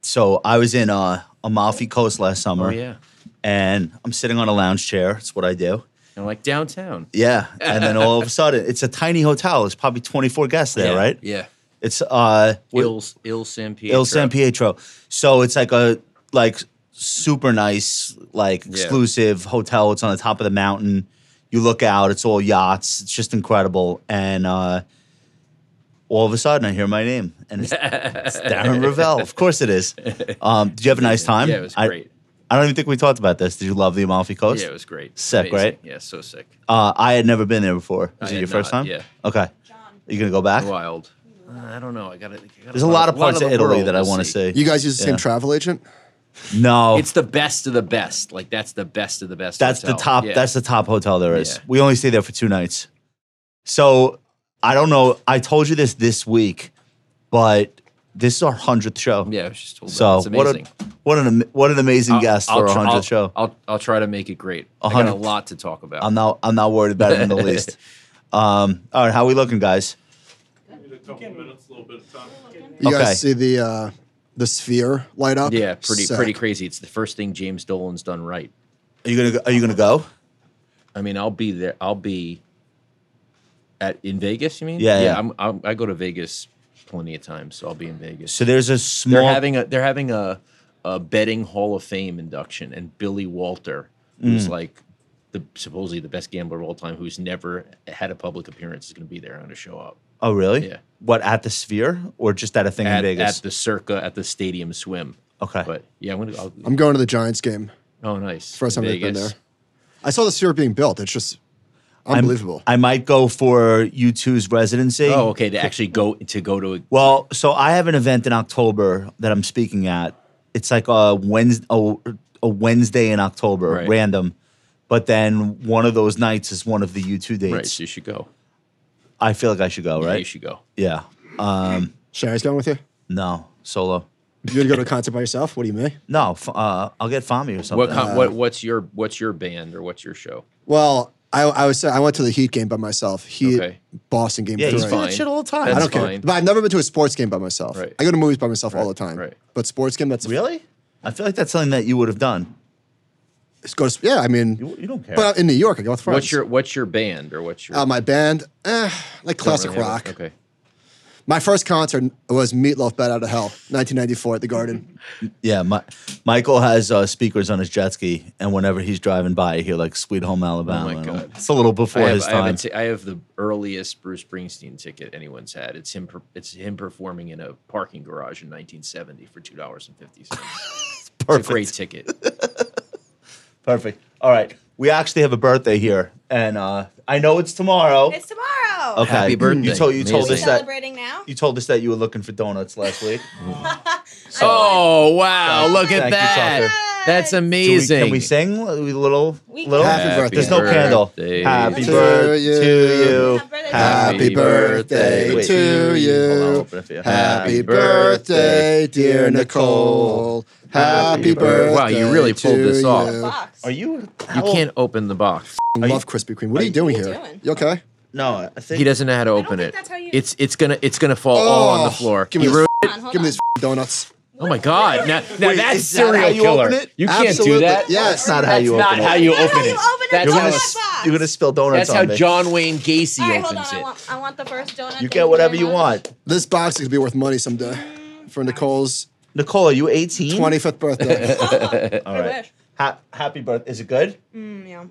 so I was in uh, Amalfi Coast last summer, Oh yeah, and I'm sitting on a lounge chair. It's what I do. and like downtown. Yeah, and then all of a sudden, it's a tiny hotel. There's probably 24 guests there, yeah, right? Yeah. It's uh, Il Il San Pietro. Il San Pietro. So it's like a like super nice, like exclusive hotel. It's on the top of the mountain. You look out, it's all yachts. It's just incredible. And uh all of a sudden I hear my name and it's, it's Darren Ravel. Of course it is. Um, did you have a nice time? Yeah, it was I- great. I, don't even think we talked about this. Did you love the Amalfi Coast? yeah, it was great. Sick, Amazing. right? Yeah, so sick. uh, I had never been there before. I Is it had your first not, time? yeah. Okay. Are you gonna go back? Wild. Uh, I don't know. I got to There's a lot of parts of Italy that I want to see. You guys use the Yeah. same travel agent? No, It's the best of the best. Like that's the best of the best. That's hotel. the top. Yeah. That's the top hotel there is. Yeah. We only stay there for two nights. So I don't know. I told you this this week, but this is our hundredth show. yeah. I was just told that. So it's what amazing. a what an am- what an amazing guest for our try- hundredth show. I'll, I'll try to make it great. A I got a hundred- lot to talk about. I'm not I'm not worried about it in the least. Um, all right, how we looking, guys? Need a couple minutes, a little bit of time. You Okay. guys see the uh, the sphere light up? yeah, pretty Sick. pretty crazy. It's the first thing James Dolan's done right. Are you gonna go- Are you gonna go? I mean, I'll be there. I'll be at in Vegas. You mean? Yeah, yeah. I'm, I'm, I go to Vegas plenty of times, so I'll be in Vegas. So there's a they're small. having a they're having a, a betting Hall of Fame induction, and Billy Walter, Mm. who's like the supposedly the best gambler of all time, who's never had a public appearance, is going to be there. I'm going to show up oh really? Yeah. What at the Sphere or just at a thing in at, Vegas? at the Circa at the Stadium Swim. okay. But yeah, I'm going to. I'll, I'm going to the Giants game. oh, nice. First In time they've been Vegas. there. I saw the sphere being built. It's just unbelievable. I might go for you two's residency. Oh, okay. To actually go to go to a, Well, so I have an event in October that I'm speaking at. It's like a Wednesday, a, a Wednesday in October, Right. random. But then one of those nights is one of the U2 dates. right. So you should go. I feel like I should go, Yeah, you right? should go. Yeah. Sherry's going with you. No, solo. You gonna go to a concert by yourself? What do you mean? No, f- uh, I'll get Fami or something. What Uh, con- what what's your what's your band or what's your show? Well, I, I was I went to the Heat game by myself. Heat Okay. Boston game. yeah, three. he's doing that fine. shit all the time. That's I don't fine. care. But I've never been to a sports game by myself. Right. I go to movies by myself all the time. right. But sports game, that's Really? I feel like that's something that you would have done. It's go to, yeah, I mean, You, you don't care. but in New York, I go with friends. What's your what's your band or what's your uh, my band? Eh, like Don't classic really have a- rock. Okay. My first concert was Meatloaf Bad Out of Hell, 1994 at the Garden. yeah, my, Michael has uh, speakers on his jet ski, and whenever he's driving by, you hear like "Sweet Home Alabama." and I'm- God. It's a little before I have, his I, time. have a ti- I have the earliest Bruce Springsteen ticket anyone's had. It's him. per- It's him performing in a parking garage in 1970 for two dollars and fifty cents. It's a great ticket. Perfect. All right. We actually have a birthday here, and uh, I know it's tomorrow. It's tomorrow. Oh. okay. Happy birthday. You told you told We're us Amazing. that celebrating now. you told us that you were looking for donuts last week. oh wow! Thank- Look at thank you, that. Tucker. That's Do we- amazing. can we sing a little? We little? can. Happy birthday. There's no birthday. candle. Happy Happy To birthday you. to you. Happy birthday. Happy birthday Wait. to Hold on, you. open it for you. Happy birthday, dear Nicole. Happy birthday. Wow, you really pulled to this off. you. Box. Are you? You can't open the box. I love Krispy Kreme. What are you doing you here? doing? You okay? No, I think He doesn't know how to don't open think it. that's how you- It's it's gonna it's gonna fall all on the Oh, floor. Give me, He this, ruined- Hold on, hold give me on. these donuts. oh my god! Now, now that's is that how serial you killer. open it? You can't Absolutely. do that. Yeah, that's not how That's you not open how it. you That's open how it. you open a That's You're how gonna, donut s- box. you're gonna spill donuts That's how on me. John Wayne Gacy All right, hold on. opens I it. want, I want the first donut. you Thank get whatever you very much. want. This box is gonna be worth money someday for Nicole's Nicole, are you 18? 25th birthday. All I right. wish. Ha- happy birthday. Is it good? Mm, yeah.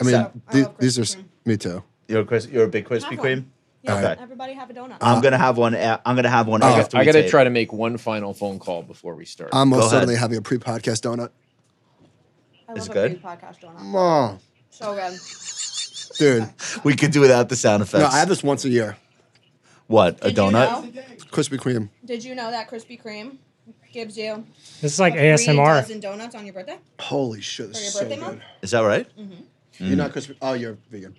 I mean, So, I the- love these are Krispy s- me too. You're a, Chris, you're a big Krispy Have Kreme. one. Yeah, Okay. Everybody have a donut. Um, I'm gonna have one. a- I'm gonna have one I after. I we gotta tape. try to make one final phone call before we start. I'm most ahead. certainly having a pre-podcast donut. I is love it a good? big podcast donut. Oh, So good. dude. We could do without the sound effects. No, I have this once a year. what? A Did you donut? know- Krispy Kreme. did you know that Krispy Kreme gives you This is like three ASMR. dozen donuts on your birthday? Holy shit, this For your is so birthday good. month? Is that right? Mm-hmm. You're not Krispy. Oh, you're vegan.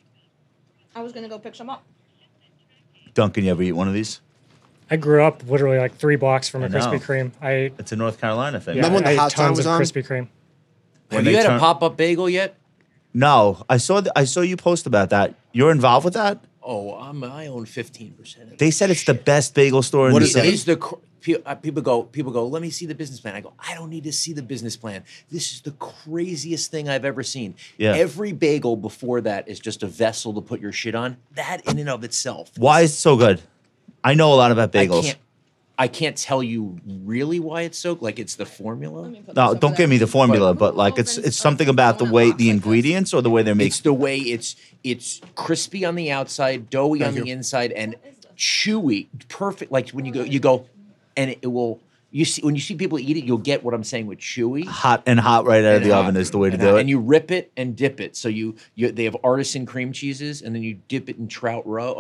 I was gonna go pick some up. Duncan, you ever eat one of these? I grew up literally like three blocks from a I know. Krispy Kreme. I ate, It's a North Carolina thing. yeah, Remember when the I ate hot tub tons was of on? Krispy Kreme. When Have you they had turn- a pop up bagel yet? No, I saw. Th- I saw you post about that. You're involved with that. Oh, I'm, I own fifteen percent. They said it's the best bagel store in What the is that? It city. is the. cr- pe- uh, people go, people go, let me see the business plan. I go, I don't need to see the business plan. This is the craziest thing I've ever seen. Yeah. Every bagel before that is just a vessel to put your shit on. That in and of itself. Why is it so good? I know a lot about I bagels. can't, I can't tell you really why it's so like it's the formula. Let me put No, this don't over give me there. the formula, but like it's it's something about the way the ingredients or the way they're It's made. the way it's it's crispy on the outside, doughy on Thank the you. inside, and chewy, perfect. Like when you go, you go, and it, it will. You see when you see people eat it, you'll get what I'm saying with chewy. Hot and hot right out of and Ah, the hot, oven is the way to and do hot. it. And you rip it and dip it. So you, you they have artisan cream cheeses, and then you dip it in trout roe.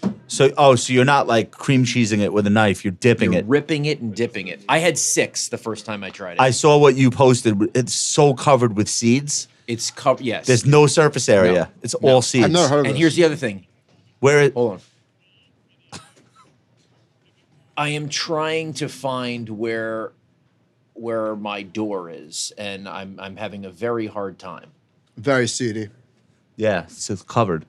Oh, So oh, so you're not like cream cheesing it with a knife. You're dipping you're it. ripping it and dipping it. I had six the first time I tried it. I saw what you posted. It's so covered with seeds. it's covered. Yes. There's no surface area. No. It's No. all I've seeds. I've never heard of and this. here's the other thing. Where it, Hold on. I am trying to find where where my door is, and I'm I'm having a very hard time. Very seedy. yeah, it's it's covered.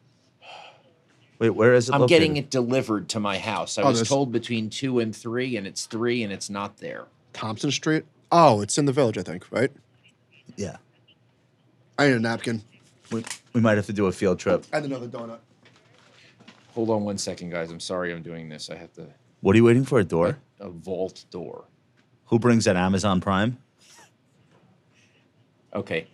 Wait, where is it? I'm located? getting it delivered to my house. I Oh, was there's- told between two and three, and it's three, and it's not there. Thompson Street. Oh, it's in the village, I think. Right. Yeah, I need a napkin. we, we might have to do a field trip. And another donut. Hold on one second, guys. I'm sorry I'm doing this. I have to What are you waiting for? A door? a vault door. Who brings an Amazon Prime? Okay.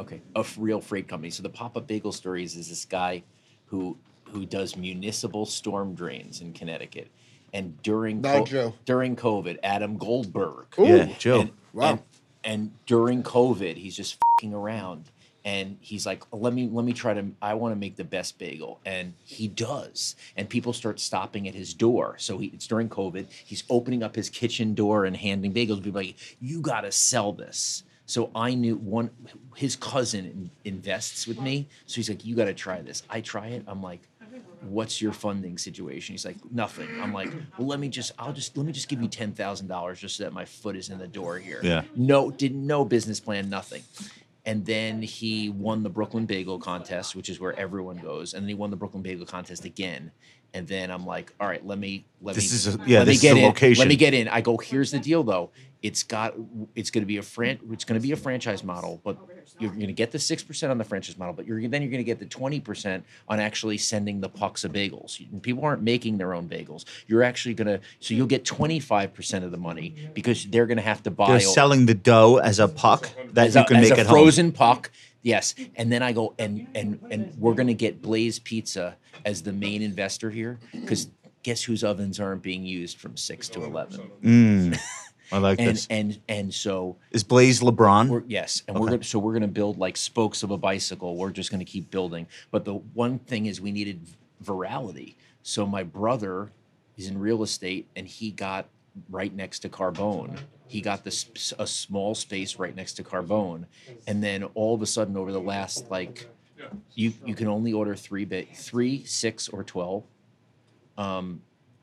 Okay. A f- real freight company. So the pop-up bagel stories is this guy who who does municipal storm drains in Connecticut. And during Not Joe. during COVID, Adam Goldberg. Ooh. yeah, Joe. And, Wow. And, and during COVID, he's just fing around, and he's like, "Let me, let me try to. I want to make the best bagel," and he does. And people start stopping at his door. So he, it's during COVID. He's opening up his kitchen door and handing bagels. People are like, "You got to sell this." So I knew one. His cousin in- invests with me, so he's like, "You got to try this." I try it. I'm like. What's your funding situation? He's like, nothing. I'm like, well, let me just, I'll just, let me just give you ten thousand dollars just so that my foot is in the door here. Yeah. No, didn't no business plan, nothing. And then he won the Brooklyn Bagel contest, which is where everyone goes. And then he won the Brooklyn Bagel contest again. And then I'm like, all right, let me let This me is a- yeah, let this is me get a in. location. Let me get in. I go, here's the deal though. It's got it's gonna be a fran- it's gonna be a franchise model, but you're gonna get the six percent on the franchise model, but you're then you're gonna get the twenty percent on actually sending the pucks of bagels. And People aren't making their own bagels. You're actually gonna so you'll get twenty five percent of the money because they're gonna have to buy They're all- selling the dough as a puck that as you a- can as make a at home. frozen puck. Yes, and then I go and and and we're gonna get Blaze Pizza as the main investor here because guess whose ovens aren't being used from six to eleven, Mm, I like and this. and and so Is Blaze we're, LeBron? yes, and we're Okay. gonna, so we're gonna build like spokes of a bicycle. We're just gonna keep building. But the one thing is we needed virality. So my brother is in real estate, and he got right next to Carbone. He got this s- a small space right next to Carbone, and then all of a sudden, over the last like, you you can only order three ba- three, six, or twelve. Um,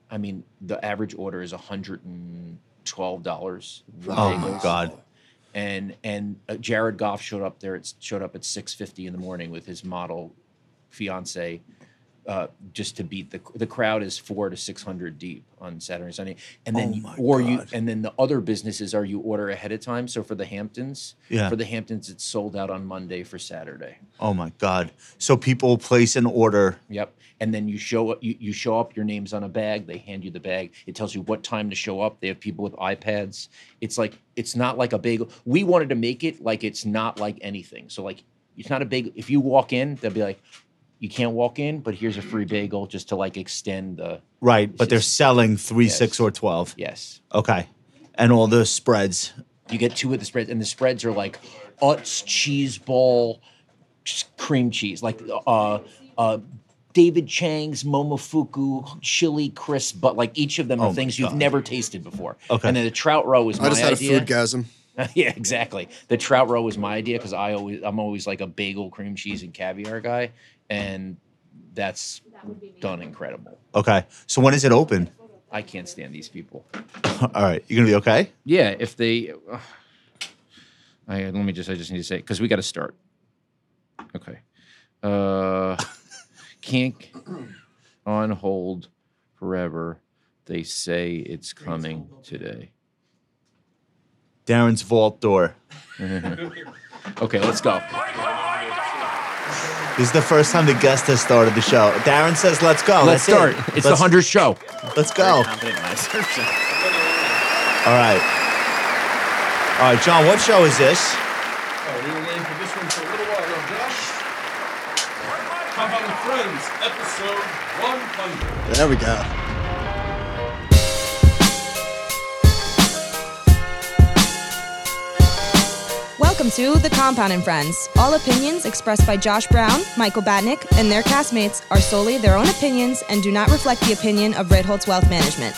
I mean, the average order is hundred and twelve dollars. Oh my god. and and uh, Jared Goff showed up there. It showed up at six fifty in the morning with his model fiance, uh, just to beat the the crowd is four to six hundred deep on Saturday and Sunday, and then Oh you- my or you God. and then the other businesses are you order ahead of time. So for the Hamptons, Yeah. for the Hamptons, it's sold out on Monday for Saturday. Oh my god. So people place an order. Yep. And then you show up you, you show up, your name's on a bag, they hand you the bag. It tells you what time to show up. They have people with iPads. It's like it's not like a bagel. We wanted to make it like it's not like anything. So like it's not a big if you walk in, they'll be like, you can't walk in, but here's a free bagel just to like extend the Right, but they're Yes. selling three, six, Yes. or twelve. yes. Okay. And all the spreads. You get two of the spreads, and the spreads are like Utz cheese ball, s- cream cheese, like uh, uh, David Chang's momofuku chili crisp, but like each of them are Oh my things God. you've never tasted before. Okay. and then the trout roe is my I just had idea. a food gasm. yeah, exactly. The trout roe was my idea because I always I'm always like a bagel, cream cheese, and caviar guy, and that's done incredible. Okay. So when is it open? I can't stand these people. All right. You're gonna be okay? Yeah, if they. I let me just. I just need to say because we got to start. Okay. Uh, kink on hold forever. They say it's coming today. Darren's vault door. Okay, let's go. This is the first time the guest has started the show. Darren says, "Let's go." That's Let's start. it. It's the Let's- hundredth show. Let's go. Confident in my assertion. All right. All right, John. What show is this? Oh, we were waiting for this one for a little while, now, Josh. How about the Friends, episode 100? There we go. Welcome to The Compound and Friends. All opinions expressed by Josh Brown, Michael Batnick, and their castmates are solely their own opinions and do not reflect the opinion of Ritholtz Wealth Management.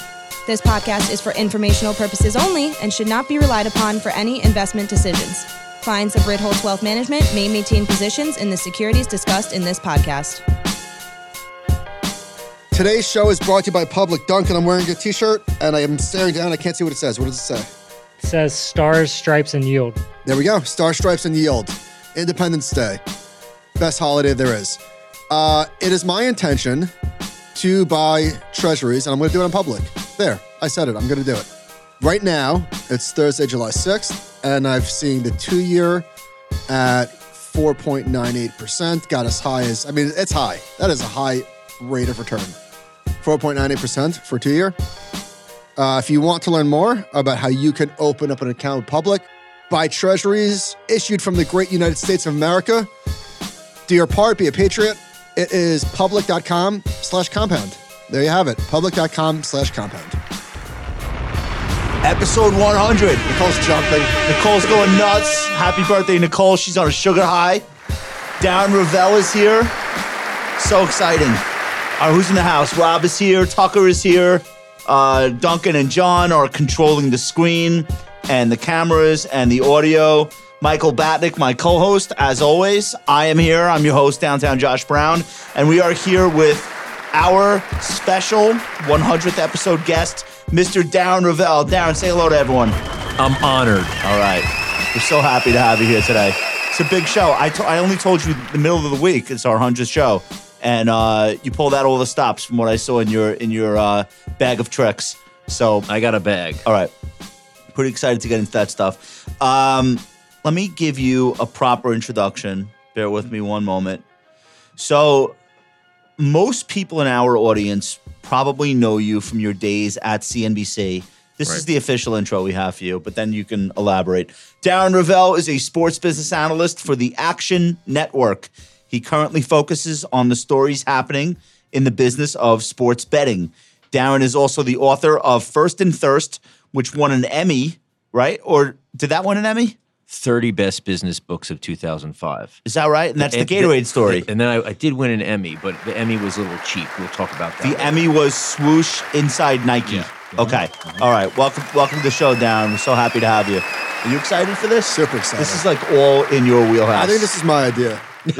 This podcast is for informational purposes only and should not be relied upon for any investment decisions. Clients of Ritholtz Wealth Management may maintain positions in the securities discussed in this podcast. Today's show is brought to you by Public Dunk, and I'm wearing a t-shirt, and I am staring down. I can't see what it says. What does it say? It says stars, stripes, and yield. There we go. Star Stripes and Yield. Independence Day. Best holiday there is. Uh, it is my intention to buy treasuries, and I'm going to do it in public. There, I said it. I'm going to do it. Right now, it's Thursday, July 6th, and I've seen the two year at 4.98%, got as high as, I mean, it's high. That is a high rate of return. 4.98% for two year. Uh, if you want to learn more about how you can open up an account with public, buy treasuries issued from the great United States of America, do your part, be a patriot. It is public.com slash compound. There you have it. Public.com slash compound. Episode 100. Nicole's jumping. Nicole's going nuts. Happy birthday, Nicole. She's on a sugar high. Darren Ravel is here. So exciting. All right, who's in the house? Rob is here. Tucker is here. Uh, Duncan and John are controlling the screen and the cameras and the audio. Michael Batnick, my co host, as always. I am here. I'm your host, Downtown Josh Brown. And we are here with our special 100th episode guest, Mr. Darren Ravel. Darren, say hello to everyone. I'm honored. All right. We're so happy to have you here today. It's a big show. I to- I only told you the middle of the week. It's our 100th show. And uh, you pulled out all the stops from what I saw in your in your uh, bag of tricks. So, I got a bag. all right. Pretty excited to get into that stuff. Um, let me give you a proper introduction. Bear with me one moment. So, most people in our audience probably know you from your days at CNBC. This is Right. the official intro we have for you, but then you can elaborate. Darren Ravel is a sports business analyst for the Action Network. He currently focuses on the stories happening in the business of sports betting. Darren is also the author of First and Thirst, which won an Emmy, right? Or did that win an Emmy? Thirty best business books of 2005. Is that right? And that's And the Gatorade story. And then I, I did win an Emmy, but the Emmy was a little cheap. We'll talk about that. The later. Emmy was swoosh inside Nike. Yeah. Mm-hmm. Okay. All right. Welcome, welcome to the show, Down. We're so happy to have you. Are you excited for this? Super excited. This is like all in your wheelhouse. I think this is my idea.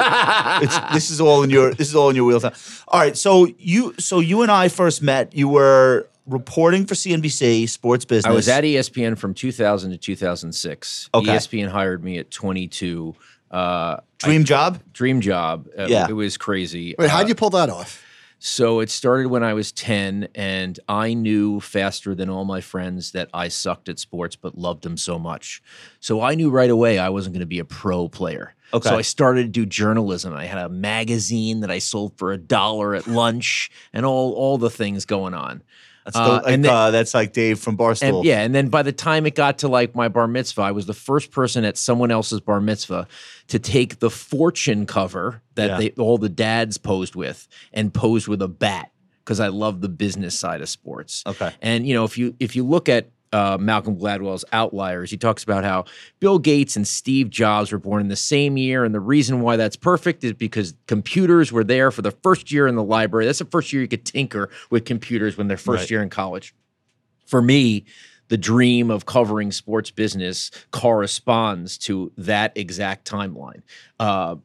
it's, this is all in your this is all in your wheelhouse. All right. So you so you and I first met. You were reporting for CNBC sports business. I was at E- ESPN from 2000 to 2006. Okay. ESPN hired me at 22. Uh, dream job. dream job. Uh, Yeah. It was crazy. Wait, Uh, how'd you pull that off? So it started when I was 10, and I knew faster than all my friends that I sucked at sports but loved them so much. So I knew right away I wasn't going to be a pro player. Okay. So I started to do journalism. I had a magazine that I sold for a dollar at lunch and all, all the things going on. That's, the, Uh, like, and then- uh, that's like Dave from Barstool. And yeah, and then by the time it got to like my bar mitzvah, I was the first person at someone else's bar mitzvah to take the fortune cover that Yeah. they all the dads posed with and posed with a bat because I love the business side of sports. Okay. And you know, if you if you look at uh, Malcolm Gladwell's Outliers, he talks about how Bill Gates and Steve Jobs were born in the same year, and the reason why that's perfect is because computers were there for the first year in the library. That's the first year you could tinker with computers when they're first Right. year in college for me, the dream of covering sports business corresponds to that exact timeline. Uh,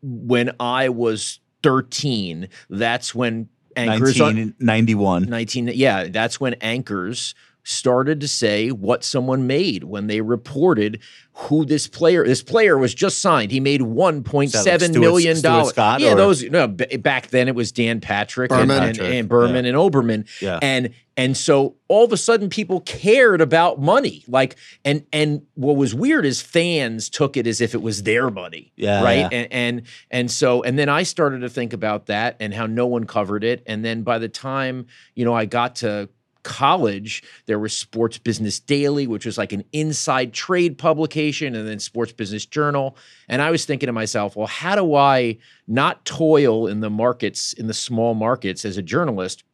when I was 13, that's when anchors on 1991. 19 yeah that's when anchors started to say what someone made when they reported who this player this player was just signed. He made one point Is that like seven Stuart- million Stuart dollars. Scott yeah, or- those no b- back then it was Dan Patrick and- Berman. and, and, Berman and Oberman. Yeah. And and so all of a sudden people cared about money. Like and and what was weird is fans took it as if it was their money. Yeah, Right. yeah. And, and and so and then I started to think about that and how no one covered it. And then by the time, you know, I got to college, there was Sports Business Daily, which was like an inside trade publication, and then Sports Business Journal. And I was thinking to myself, well, how do I not toil in the markets, in the small markets as a journalist?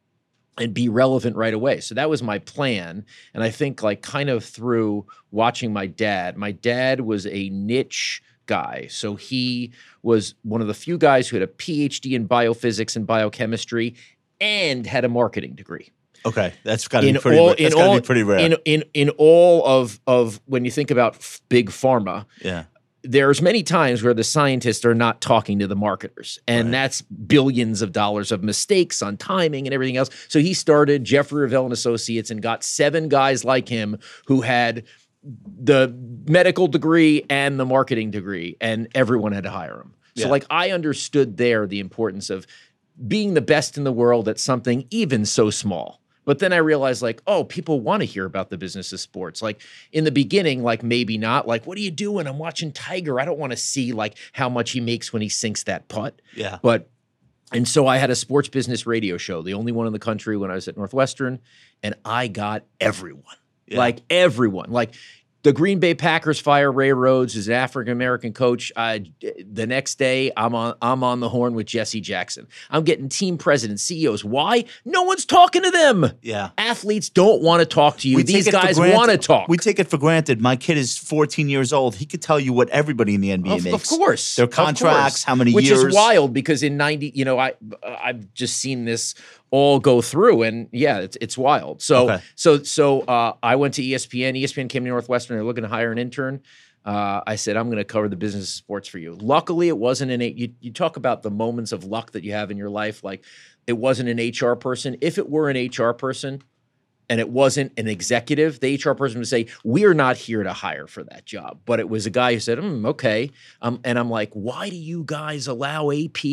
and be relevant right away. So that was my plan. And I think, like, kind of through watching my dad, my dad was a niche guy. So he was one of the few guys who had a PhD in biophysics and biochemistry and had a marketing degree Okay, that's got to be in pretty. all- ra- in that's got all- to be pretty rare. in in in all of of when you think about f- big pharma yeah, there's many times where the scientists are not talking to the marketers and Right. that's billions of dollars of mistakes on timing and everything else so he started jeffrey revell and associates and got seven guys like him who had the medical degree and the marketing degree and everyone had to hire him so Yeah. like i understood there the importance of being the best in the world at something even so small but then i realized like oh people want to hear about the business of sports like in the beginning like maybe not like what are you doing i'm watching tiger i don't want to see like how much he makes when he sinks that putt yeah. but and so I had a sports business radio show, the only one in the country when I was at Northwestern, and I got everyone. Yeah. Like everyone. Like the Green Bay Packers fire Ray Rhodes as an African American coach. I, the next day, I'm on I'm on the horn with Jesse Jackson. I'm getting team presidents, CEOs. Why? No one's talking to them. Yeah. Athletes don't want to talk to you. These take it for guys granted- want to talk. We take it for granted. My kid is 14 years old. He could tell you what everybody in the NBA of, of makes. course, Their Of course. contracts, how many which years. is wild because in ninety, you know, I I've just seen this all go through, and yeah, it's it's wild. So Okay. so so uh, I went to ESPN. ESPN came to Northwestern. They're looking to hire an intern. Uh, I said, I'm going to cover the business of sports for you. Luckily, it wasn't an. You, you talk about the moments of luck that you have in your life. Like, it wasn't an HR person. If it were an HR person, and it wasn't an executive, the HR person would say, "We're not here to hire for that job." But it was a guy who said, "Hmm, "Okay," um, and I'm like, "Why do you guys allow AP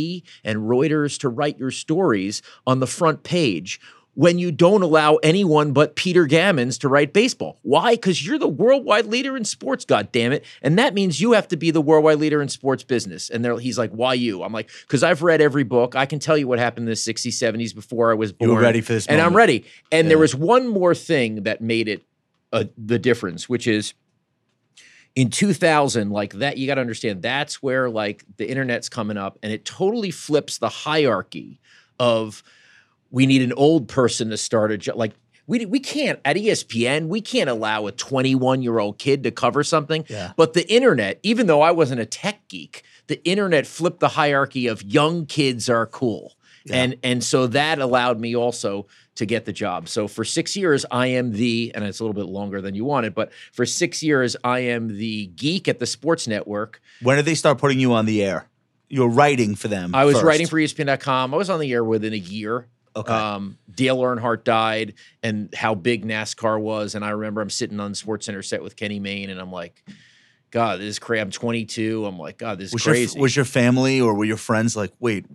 and Reuters to write your stories on the front page?" When you don't allow anyone but Peter Gammons to write baseball, why? Because you're the worldwide leader in sports, God damn it, and that means you have to be the worldwide leader in sports business. And they're, he's like, "Why you?" I'm like, "Because I've read every book. I can tell you what happened in the '60s, '70s before I was born. You were ready for this and I'm moment. ready." ready. And there Yeah. was one more thing that made it uh, the difference, which is in 2000, like that, you got to understand that's where like the internet's coming up and it totally flips the hierarchy of we need an old person to start a job. Like, we, we can't at E ESPN, we can't allow a 21 year old kid to cover something. Yeah. But the internet, even though I wasn't a tech geek, the internet flipped the hierarchy of young kids are cool. And and so that allowed me also to get the job. So for six years, I am the, and it's a little bit longer than you wanted, but for six years, I am the geek at the sports network. When did they start putting you on the air? You were writing for them. I was first. writing for E ESPN.com. I was on the air within a year. Okay. Um, Dale Earnhardt died, and how big NASCAR was. And I remember I'm sitting on the Sports Center set with Kenny Mayne, and I'm like, God, this is crazy. I'm 22. I'm like, God, this is was your, crazy. was your family or were your friends like, wait,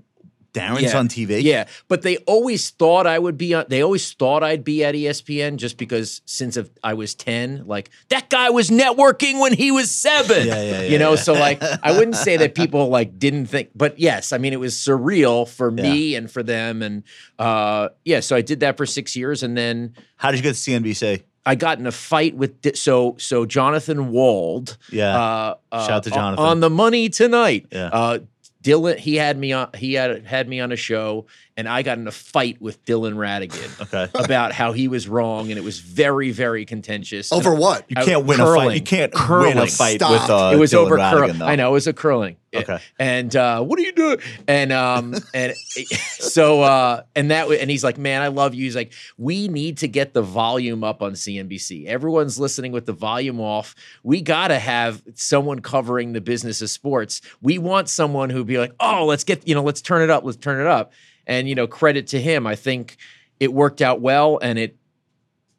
Darren's Yeah. on TV? Yeah, but they always thought I would be on. They always thought I'd be at E ESPN just because since of, I was ten, like that guy was networking when he was seven. Yeah, yeah, you yeah, know, yeah. so like I wouldn't say that people like didn't think, but yes, I mean it was surreal for me and for them, and uh, yeah. So I did that for six years, and then How did you get to CNBC? I got in a fight with di- so so Jonathan Wald. Yeah. Uh, uh, Shout out to on- Jonathan. on the money tonight. Yeah. Uh, Dylan, he had me on. He had had me on a show, and I got in a fight with Dylan Radigan okay. about how he was wrong, and it was very very contentious. And Over what? You I- can't win a curling. fight. You can't win a Curling. fight Stop. with uh, it was Dylan over Radigan, curling. though. I know it was a curling. Yeah. Okay. And uh, what are you doing? And um and so uh and that wa- and he's like, man, I love you. He's like, we need to get the volume up on CNBC. Everyone's listening with the volume off. We gotta have someone covering the business of sports. We want someone who'd be like, oh, let's get you know, let's turn it up, let's turn it up. And you know, credit to him, I think it worked out well, and it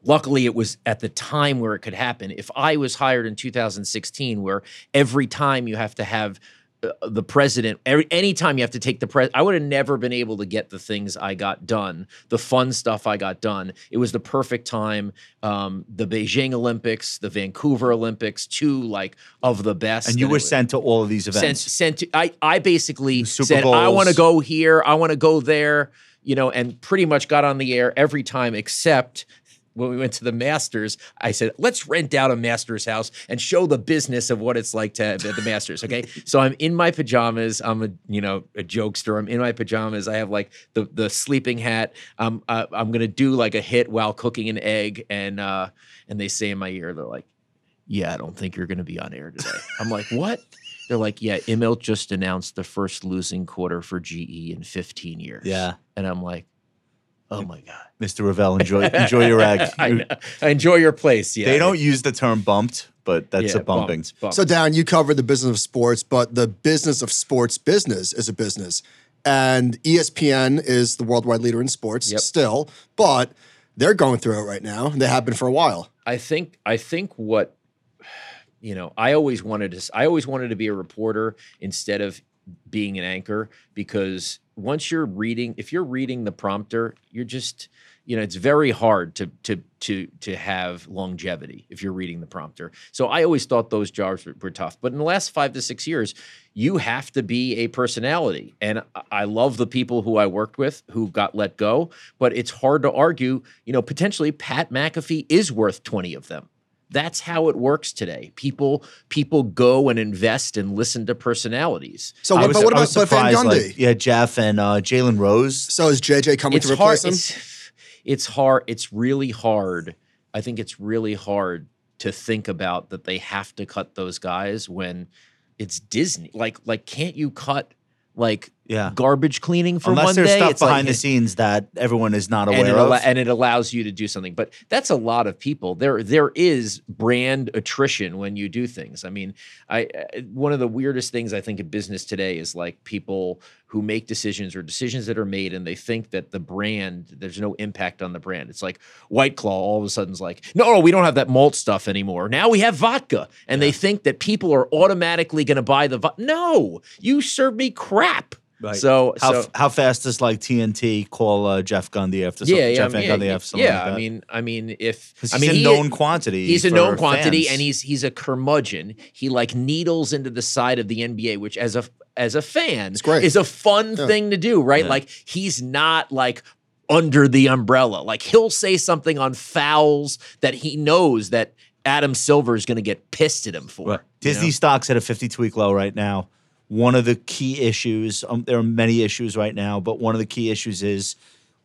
Luckily, it was at the time where it could happen. If I was hired in 2016, where every time you have to have uh, the president, every, anytime you have to take the pres, I would have never been able to get the things I got done, the fun stuff I got done. It was the perfect time. Um, the Beijing Olympics, the Vancouver Olympics, two like of the best. And you it were was- sent to all of these sent, events. sent to, I, I basically Super said, I Bowls. want to go here, I want to go there, you know, and pretty much got on the air every time except when we went to the Masters. I said, let's rent out a Masters house and show the business of what it's like to have at the Masters. Okay. so I'm in my pajamas. I'm a, you know, a jokester. I'm in my pajamas. I have like the, the sleeping hat. Um, uh, I'm going to do like a hit while cooking an egg. And, uh, and they say in my ear, they're like, yeah, I don't think you're going to be on air today. I'm like, what? They're like, yeah, ML just announced the first losing quarter for GE in 15 years. Yeah. And I'm like, oh my God. Mr. Ravel, enjoy enjoy your act. I, know. I enjoy your place. Yeah. they don't use the term bumped, but that's Yeah, a bumping. bumped, bumped. So, Darren, you cover the business of sports, but the business of sports business is a business. And E ESPN is the worldwide leader in sports Yep. still, but they're going through it right now. They have been for a while. I think I think what you know, I always wanted to s- I always wanted to be a reporter instead of being an anchor because once you're reading if you're reading the prompter, you're just you know, it's very hard to to to to have longevity if you're reading the prompter. So I always thought those jobs were, were tough. But in the last 5 to 6 years, you have to be a personality. And I- I love the people who I worked with who got let go, but it's hard to argue, you know, potentially Pat McAfee is worth 20 of them. That's how it works today. People people go and invest and listen to personalities. So, I what, was- but what I about was but Van surprised, Gundy? like, yeah, Jeff and uh, Jalen Rose. So, is JJ coming it's to hard. replace him? It's, it's hard. It's really hard. I think it's really hard to think about that they have to cut those guys when it's Disney. Like like can't you cut like Yeah. garbage cleaning for Unless one there's day? stuff It's like- behind the scenes that everyone is not aware and it, of. al- and it allows you to do something. But that's a lot of people. There, there is brand attrition when you do things. I mean, I uh, one of the weirdest things I think in business today is like people who make decisions or decisions that are made, and they think that the brand there's no impact on the brand. It's like White Claw all of a sudden's like, no, we don't have that malt stuff anymore. Now we have vodka, and they think that people are automatically going to buy the vodka. No, you serve me crap. Right. So how, so, f- how fast does like TNT call uh, Jeff Gundy after some, Jeff Van Gundy after something yeah. like that? I mean, I mean, if 'Cause I he's mean, a he- known quantity. He's a for known quantity, fans. and he's he's a curmudgeon. He like needles into the side of the NBA, which as a as a fan great. is a fun Yeah. thing to do, right? Yeah. Like he's not like under the umbrella. Like he'll say something on fouls that he knows that Adam Silver is going to get pissed at him for. Right. you Disney know? stocks at a 52 week low right now. One of the key issues, um, there are many issues right now, but one of the key issues is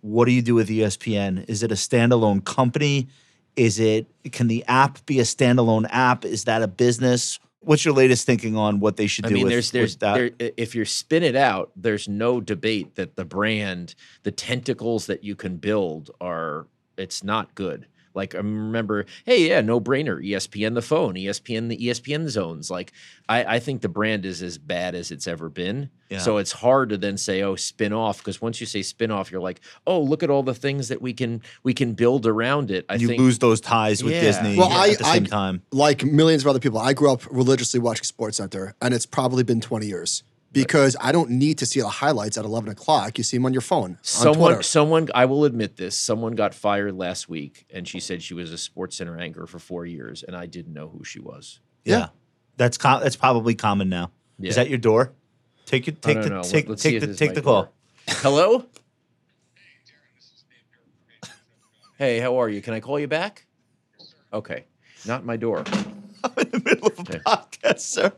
what do you do with E ESPN? Is it a standalone company? Is it, can the app be a standalone app? Is that a business? What's your latest thinking on what they should I do mean, with, there's there's with that? there, i- if you spin it out, there's no debate that the brand, the tentacles that you can build are it's not good. Like I remember, hey, yeah, no brainer. E ESPN the phone, ESPN the E ESPN zones. Like I, I think the brand is as bad as it's ever been. Yeah. So it's hard to then say, oh, spin off, because once you say spin off, you're like, oh, look at all the things that we can we can build around it. I you think lose those ties with Yeah. Disney Well, I- at the same I- time. like millions of other people, I grew up religiously watching Sports Center, and it's probably been 20 years because I don't need to see the highlights at 11 o'clock. You see them on your phone, on Someone, Twitter. someone, I will admit this. Someone got fired last week, and she said she was a sports center anchor for four years, and I didn't know who she was. Yeah. Yeah. That's com- that's probably common now. Yeah. Is that your door? Take your I take don't the know. Let- take, let's see take if the this take might the call. work. Hello. Hey, how are you? Can I call you back? Okay, not my door. in the middle of a podcast, sir.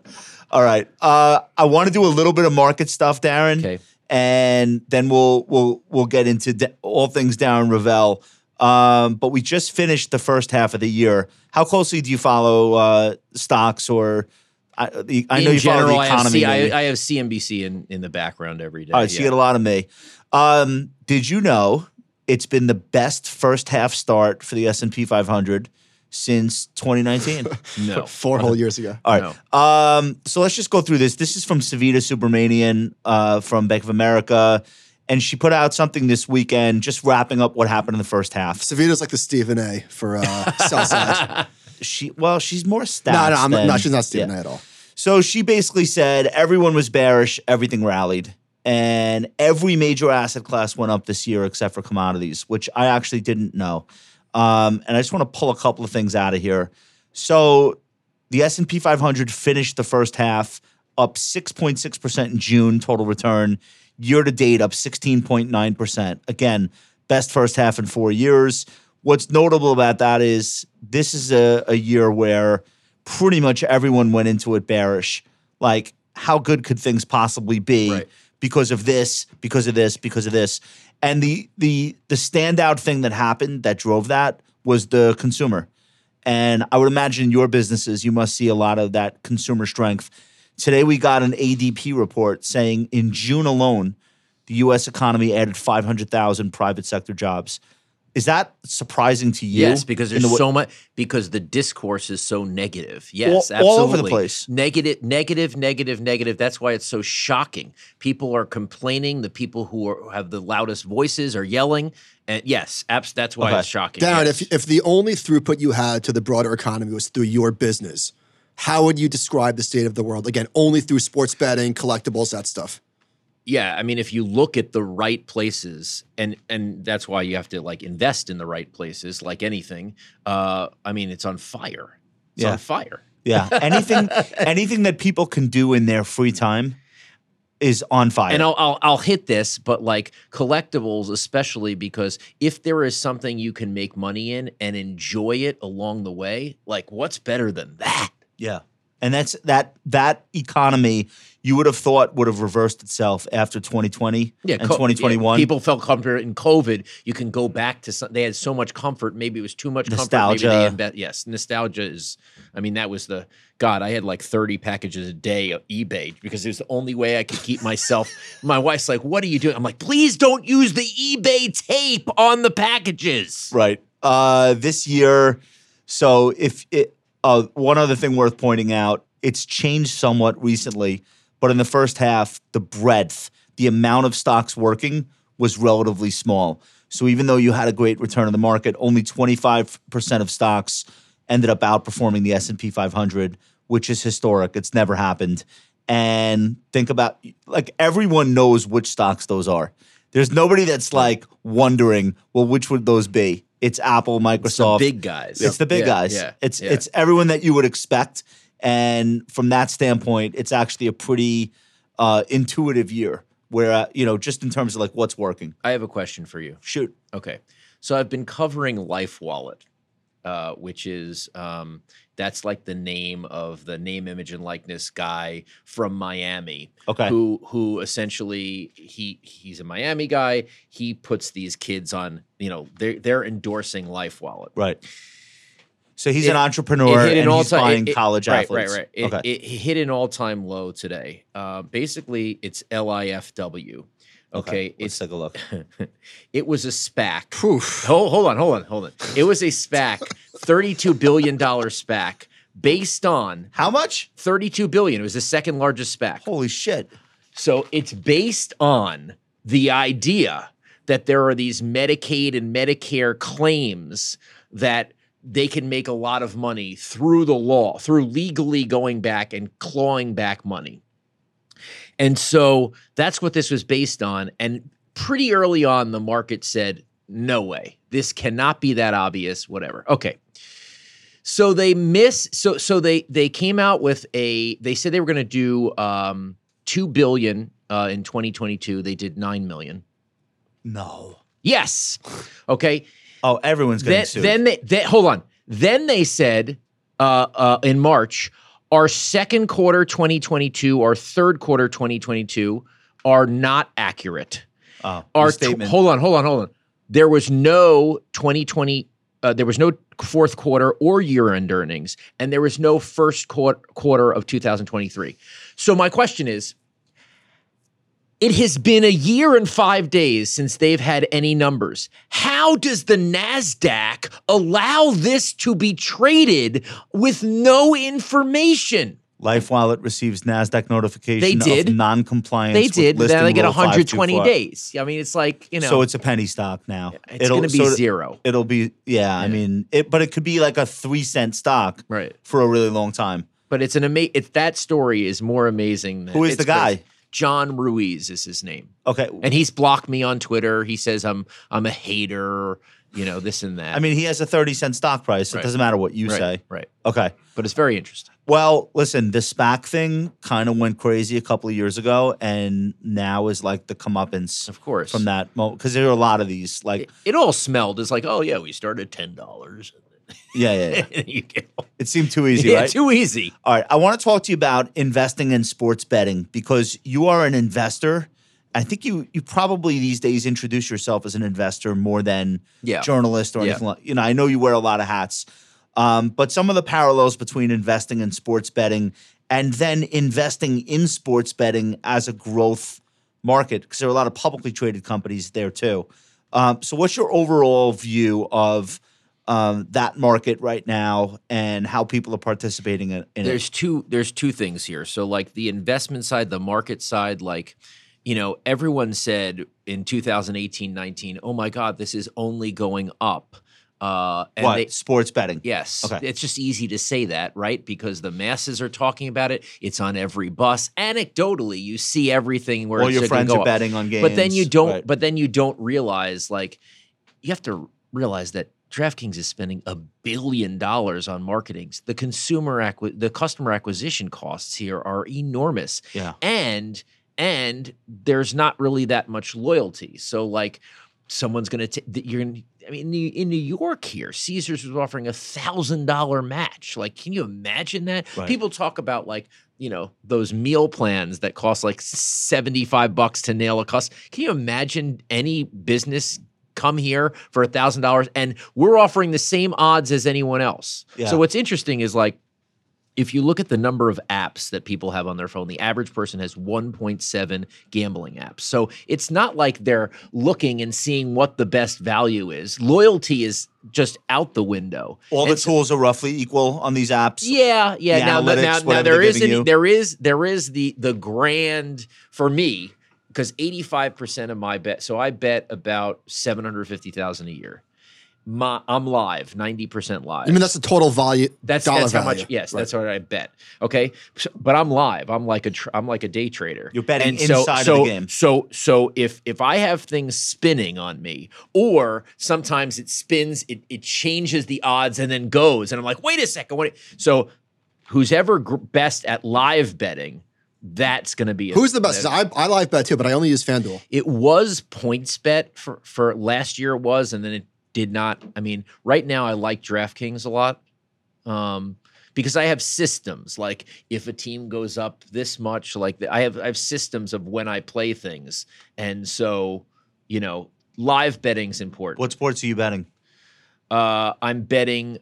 All right. Uh, I want to do a little bit of market stuff, Darren. Okay. And then we'll we'll we'll get into da- all things Darren Ravel. Um, but we just finished the first half of the year. How closely do you follow uh, stocks or I, the, I know In you general, follow the I have, economy. C- maybe. I, I have CNBC in, in the background every day. All right, so you yeah. get a lot of me. Um, did you know it's been the best first half start for the S and P 500 since 2019? no. Four whole years ago. All right. Um, so let's just go through this. This is from Savita Subramanian uh, from Bank of America. And she put out something this weekend, just wrapping up what happened in the first half. Savita's like the Stephen A for uh, Southside. She, well, she's more stats. no, no, I'm, than- no, she's not Stephen yeah. A at all. So she basically said everyone was bearish, everything rallied, and every major asset class went up this year except for commodities, which I actually didn't know. Um, and I just want to pull a couple of things out of here. So the S&P 500 finished the first half up 6.6% in June total return, year to date up 16.9%. Again, best first half in 4 years. What's notable about that is this is a, a year where pretty much everyone went into it bearish. Like, how good could things possibly be Right. because of this, because of this, because of this? And the the the standout thing that happened that drove that was the consumer. And I would imagine in your businesses, you must see a lot of that consumer strength. Today, we got an ADP report saying in June alone, the US economy added 500,000 private sector jobs. Is that surprising to you? Yes, because in there's the wa- so much because the discourse is so negative. Yes, All- all over the absolutely. place. Negative, negative, negative, negative. That's why it's so shocking. People are complaining. The people who, are, who have the loudest voices are yelling. And yes, abs- that's why Okay. it's shocking. Darren, yes. if, if the only throughput you had to the broader economy was through your business, how would you describe the state of the world? Again, only through sports betting, collectibles, that stuff. yeah i mean if you look at the right places and and that's why you have to like invest in the right places like anything uh i mean it's on fire it's Yeah. on fire Yeah. Anything anything that people can do in their free time is on fire. and I'll, I'll I'll hit this, but like collectibles, especially because if there is something you can make money in and enjoy it along the way, like what's better than that? yeah. And that's that that economy you would have thought would have reversed itself after 2020 and co- 2021. yeah, Mm-hmm. people felt comfortable in COVID. You can go back to some. They had so much comfort. Maybe it was too much Nostalgia. comfort. Maybe they inve- yes, nostalgia is. I mean, that was the God. I had like thirty packages a day of eBay because it was the only way I could keep myself. my wife's like, "What are you doing?" I'm like, "Please don't use the eBay tape on the packages." Right. Uh, this year, so if it, uh, one other thing worth pointing out, it's changed somewhat recently, but in the first half, the breadth, the amount of stocks working was relatively small. So even though you had a great return on the market, only 25% of stocks ended up outperforming the S&P 500, which is historic. It's never happened. And think about like everyone knows which stocks those are. There's nobody that's like wondering, well, which would those be? It's Apple, Microsoft, It's the big guys. it's the big Yeah, guys. Yeah, It's yeah. it's everyone that you would expect, and from that standpoint, it's actually a pretty uh, intuitive year. Where uh, you know, just in terms of like what's working. I have a question for you. Shoot, Okay. So I've been covering Life Wallet, uh, which is um, that's like the name of the name, image, and likeness guy from Miami, okay, who who essentially he he's a Miami guy. He puts these kids on, you know, they're they're endorsing Life Wallet. right. So he's It- an entrepreneur It hit and an he's all-time- buying it- it- college right, athletes. Right, right. It, okay, it hit an all-time low today. Uh, basically, it's LIFW. Okay, let's it's take a look. it was a SPAC. Hold, hold on, hold on, hold on. It was a SPAC, thirty-two billion dollar SPAC, based on How much? thirty-two billion. It was the second largest SPAC. Holy shit! So it's based on the idea that there are these Medicaid and Medicare claims that they can make a lot of money through the law, through legally going back and clawing back money. And so that's what this was based on. And pretty early on, the market said, no way, this cannot be that obvious, whatever. Okay. So they miss. So so they they came out with a. They said they were going to do um, two billion uh, in 2022. They did nine million. No. Yes. Okay. Oh, everyone's getting Then, sued. then they, they hold on. Then they said uh, uh, in March, our second quarter 2022, our third quarter 2022 are not accurate. oh, Our your tw- statement. hold on, hold on, hold on. There was no 2020. Uh, there was no fourth quarter or year end earnings, and there was no first quarter, quarter of 2023. So my question is. It has been a year and five days since they've had any numbers. How does the NASDAQ allow this to be traded with no information? Life Wallet receives Nasdaq notification They did. of non-compliance. They with did. but listing Then they get rule 120 524. days. I mean, it's like you know, So it's a penny stock now. it's going to be so zero. It'll be yeah, I Yeah. mean, it but it could be like a 3 cent stock Right. for a really long time. But it's an amazing. It's that story is more amazing. Than, Who is it's the guy? crazy. John Ruiz is his name, Okay. and he's blocked me on Twitter. He says I'm I'm a hater. You know this and that. I mean, he has a 30 cent stock price. So Right. It doesn't matter what you right, say. right. Okay. But it's very interesting. Well, listen, the SPAC thing kind of went crazy a couple of years ago and now is like the comeuppance Of course, from that moment because there are a lot of these like it, it all smelled. It's like, oh yeah, we started ten dollars. yeah, yeah, yeah. you get it seemed too easy yeah, right too easy. All right, I want to talk to you about investing in sports betting because you are an investor. I think you you probably these days introduce yourself as an investor more than Yeah. journalist or Yeah. anything. Like, you know, I know you wear a lot of hats, um, but some of the parallels between investing in sports betting and then investing in sports betting as a growth market because there are a lot of publicly traded companies there too. Um, so, what's your overall view of um, that market right now and how people are participating in, in it? there's two there's two things here so like the investment side the market side like you know everyone said in 2018 19 oh my god this is only going up uh and what they sports betting? Yes. Okay. It's just easy to say that, right? Because the masses are talking about it. It's on every bus. Anecdotally, you see everything where All it's your just gonna friends go are up. betting on games, But then you don't. right. But then you don't realize like you have to realize that DraftKings is spending a billion dollars on marketing. The consumer acqui- the customer acquisition costs here are enormous. Yeah. And and there's not really that much loyalty. So like someone's going to you're in I mean in New, in New York here, Caesars was offering a $1000 match. Like can you imagine that? Right. People talk about like you know those meal plans that cost like 75 bucks to nail a cuss can you imagine any business come here for a thousand dollars and we're offering the same odds as anyone else Yeah. so what's interesting is like if you look at the number of apps that people have on their phone, the average person has 1.7 gambling apps. So it's not like they're looking and seeing what the best value is. Loyalty is just out the window. All the And so- tools are roughly equal on these apps. yeah, yeah. the now, analytics, now, now whatever there they're is giving an- you. there is there is the the grand for me because eighty five percent of my bet. So I bet about seven hundred fifty thousand a year. My, I'm live, ninety percent live. I mean, that's the total value. That's dollar that's how value. much. Yes, Right. that's what I bet. Okay, So- but I'm live. I'm like a tr- I'm like a day trader. You're betting And so- inside of so- the game. So so if if I have things spinning on me, or sometimes it spins, it it changes the odds and then goes, and I'm like, wait a second, what? So who's ever gr- best at live betting, that's going to be a- Who's the best? that- I, I live bet too, but I only use FanDuel. it was points bet for for last year it was and then it did not i mean right now i like draftkings a lot um because i have systems like if a team goes up this much like i have i have systems of when i play things and so you know live betting's important What sports are you betting? uh, I'm betting,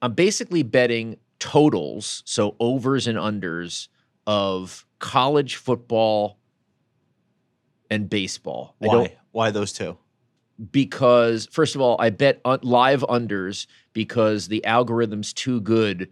I'm basically betting totals, so overs and unders of college football and baseball. I don't Why? Why those two? because first of all, I bet un- live unders because the algorithm's too good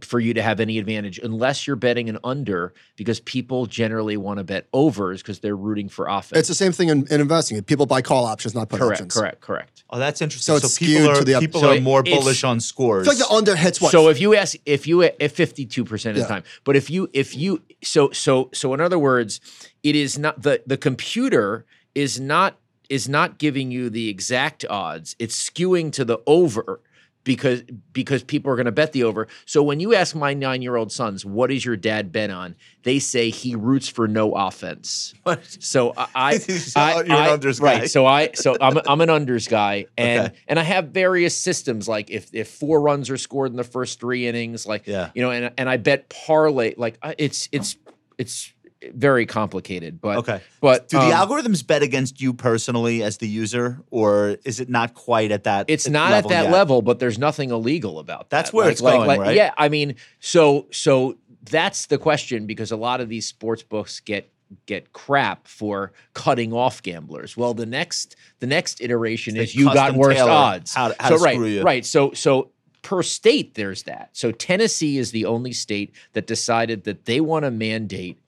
for you to have any advantage unless you're betting an under because people generally want to bet overs because they're rooting for offense. It's the same thing in, in investing. People buy call options, not put correct, options. correct, correct. Oh, that's So interesting. So, it's people skewed are to the up- people so are it- more it's- bullish on scores. It's like the under hits what? So if you ask, if you if fifty two percent of the Yeah. time, but if you if you so so so in other words, it is not the the computer is not is not giving you the exact odds. It's skewing to the over because because people are going to bet the over. So when you ask my nine year old sons, what is your dad bet on? They say he roots for no offense. So I, I, So I you're an I- unders guy. right. So I so I'm I'm an unders guy, and Okay. and I have various systems like if if four runs are scored in the first three innings, like Yeah. you know, and and I bet parlay like I- it's it's it's very complicated, but okay. but Do um, the algorithms bet against you personally as the user, or is it not quite at that? it's not at that yet? level, but there's nothing illegal about that. That's where Like- it's like- going, like- right? Yeah, I mean, so so that's the question because a lot of these sports books get get crap for cutting off gamblers. Well, the next the next iteration They is you got custom worse tailor odds. how to- how to so right, screw you. right. So so per state, there's that. So Tennessee is the only state that decided that they want to mandate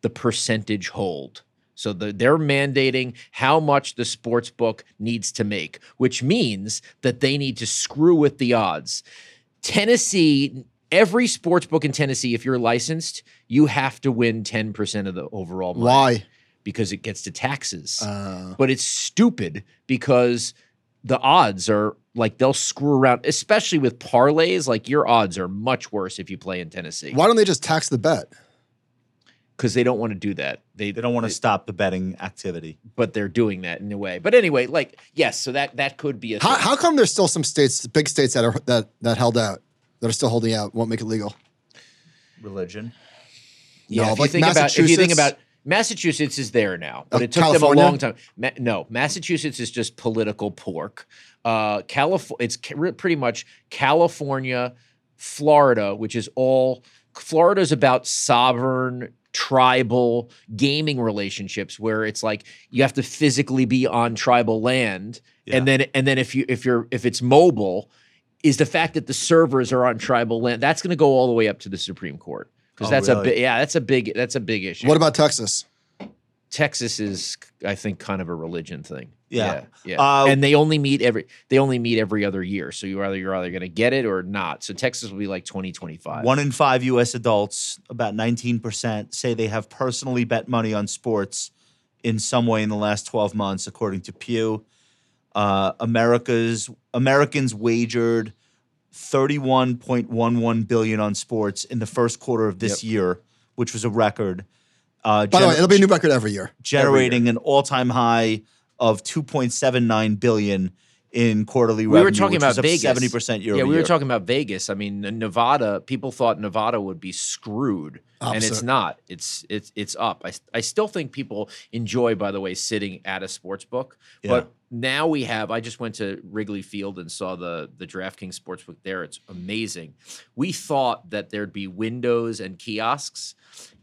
the percentage hold. So the, they're mandating how much the sports book needs to make, which means that they need to screw with the odds. Tennessee, every sports book in Tennessee, if you're licensed, you have to win 10% of the overall money Why? because it gets to taxes. Uh, but it's stupid because the odds are like they'll screw around, especially with parlays. Like your odds are much worse if you play in Tennessee why don't they just tax the bet? because they don't want to do that. They, They don't want to stop the betting activity. but they're doing that in a way. But anyway, like yes, so that that could be a How, thing. how come there's still some states, big states that are that that held out, that are still holding out, won't make it legal? Religion. yeah. no, if you like think about if you think Massachusetts? about Massachusetts is there now, but Oh, it took California? them a long time. Ma- no, Massachusetts is just political pork. Uh, Calif- it's ca- re- pretty much California, Florida, which is all Florida's about sovereign tribal gaming relationships where it's like you have to physically be on tribal land Yeah. and then and then if you if you're if it's mobile is the fact that the servers are on tribal land that's going to go all the way up to the supreme court because Oh, that's a really? bi- yeah that's a big that's a big issue What about Texas? texas is i think kind of a religion thing Yeah. yeah, Uh, and they only meet every they only meet every other year so you're either you're either going to get it or not so texas will be like 2025 One in five U.S. adults, about 19%, say they have personally bet money on sports in some way in the last 12 months, according to Pew. Uh, America's Americans wagered 31.11 billion on sports in the first quarter of this year, which was a record. Uh, By the gener- way, it'll be a new record every year. generating an all-time high of 2.79 billion in quarterly we revenue. were talking which about was up Vegas. 70% year Yeah, over we were year. talking about Vegas. I mean, N- Nevada. People thought Nevada would be screwed, Oh, and it's Opposite. not. It's it's it's up. I I still think people enjoy, by the way, sitting at a sports book. But now we have. I just went to Wrigley Field and saw the the DraftKings sportsbook there. It's amazing. We thought that there'd be windows and kiosks,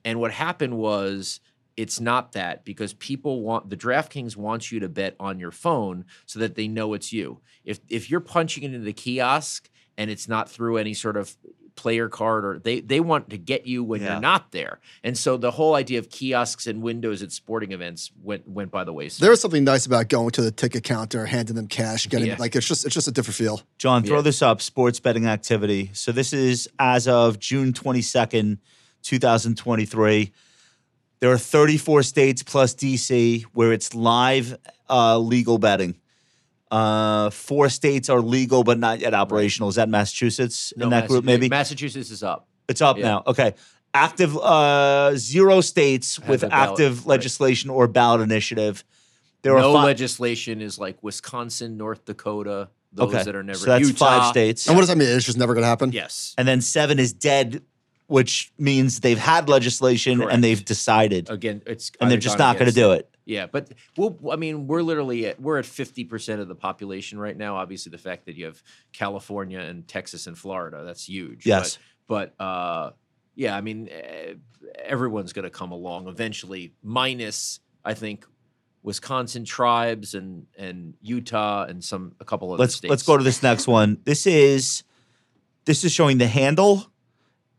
and what happened was it's not that because people want the DraftKings wants you to bet on your phone so that they know it's you. If if you're punching it into the kiosk and it's not through any sort of player card or they they want to get you when Yeah. you're not there. And so the whole idea of kiosks and windows at sporting events went went by the wayside. There is something nice about going to the ticket counter, handing them cash, getting Yeah. like it's just it's just a different feel. John, throw Yeah. this up sports betting activity. So this is as of June 22nd, 2023. There are 34 states plus DC where it's live uh, legal betting. Uh, four states are legal but not yet operational. Is that Massachusetts in that group? Massachusetts- Maybe Massachusetts is up. it's up yeah. now. Okay, active uh, zero states with a ballot, active right. legislation or ballot initiative. There no are five. legislation is like Wisconsin, North Dakota, those okay, that are never so that's Utah. five states. And what does that mean? It's just never going to happen. Yes. and then seven is dead, which means they've had legislation Correct. and they've decided, Again, it's and they're either just not gone going to against do it. Yeah, but we'll, I mean, we're literally at, we're at fifty percent of the population right now. Obviously, the fact that you have California and Texas and Florida that's huge. Yes. but, but uh, yeah, I mean, eh, everyone's going to come along eventually. Minus, I think, Wisconsin tribes and and Utah and some a couple of Let's states. let's go to this next one. This is this is showing the handle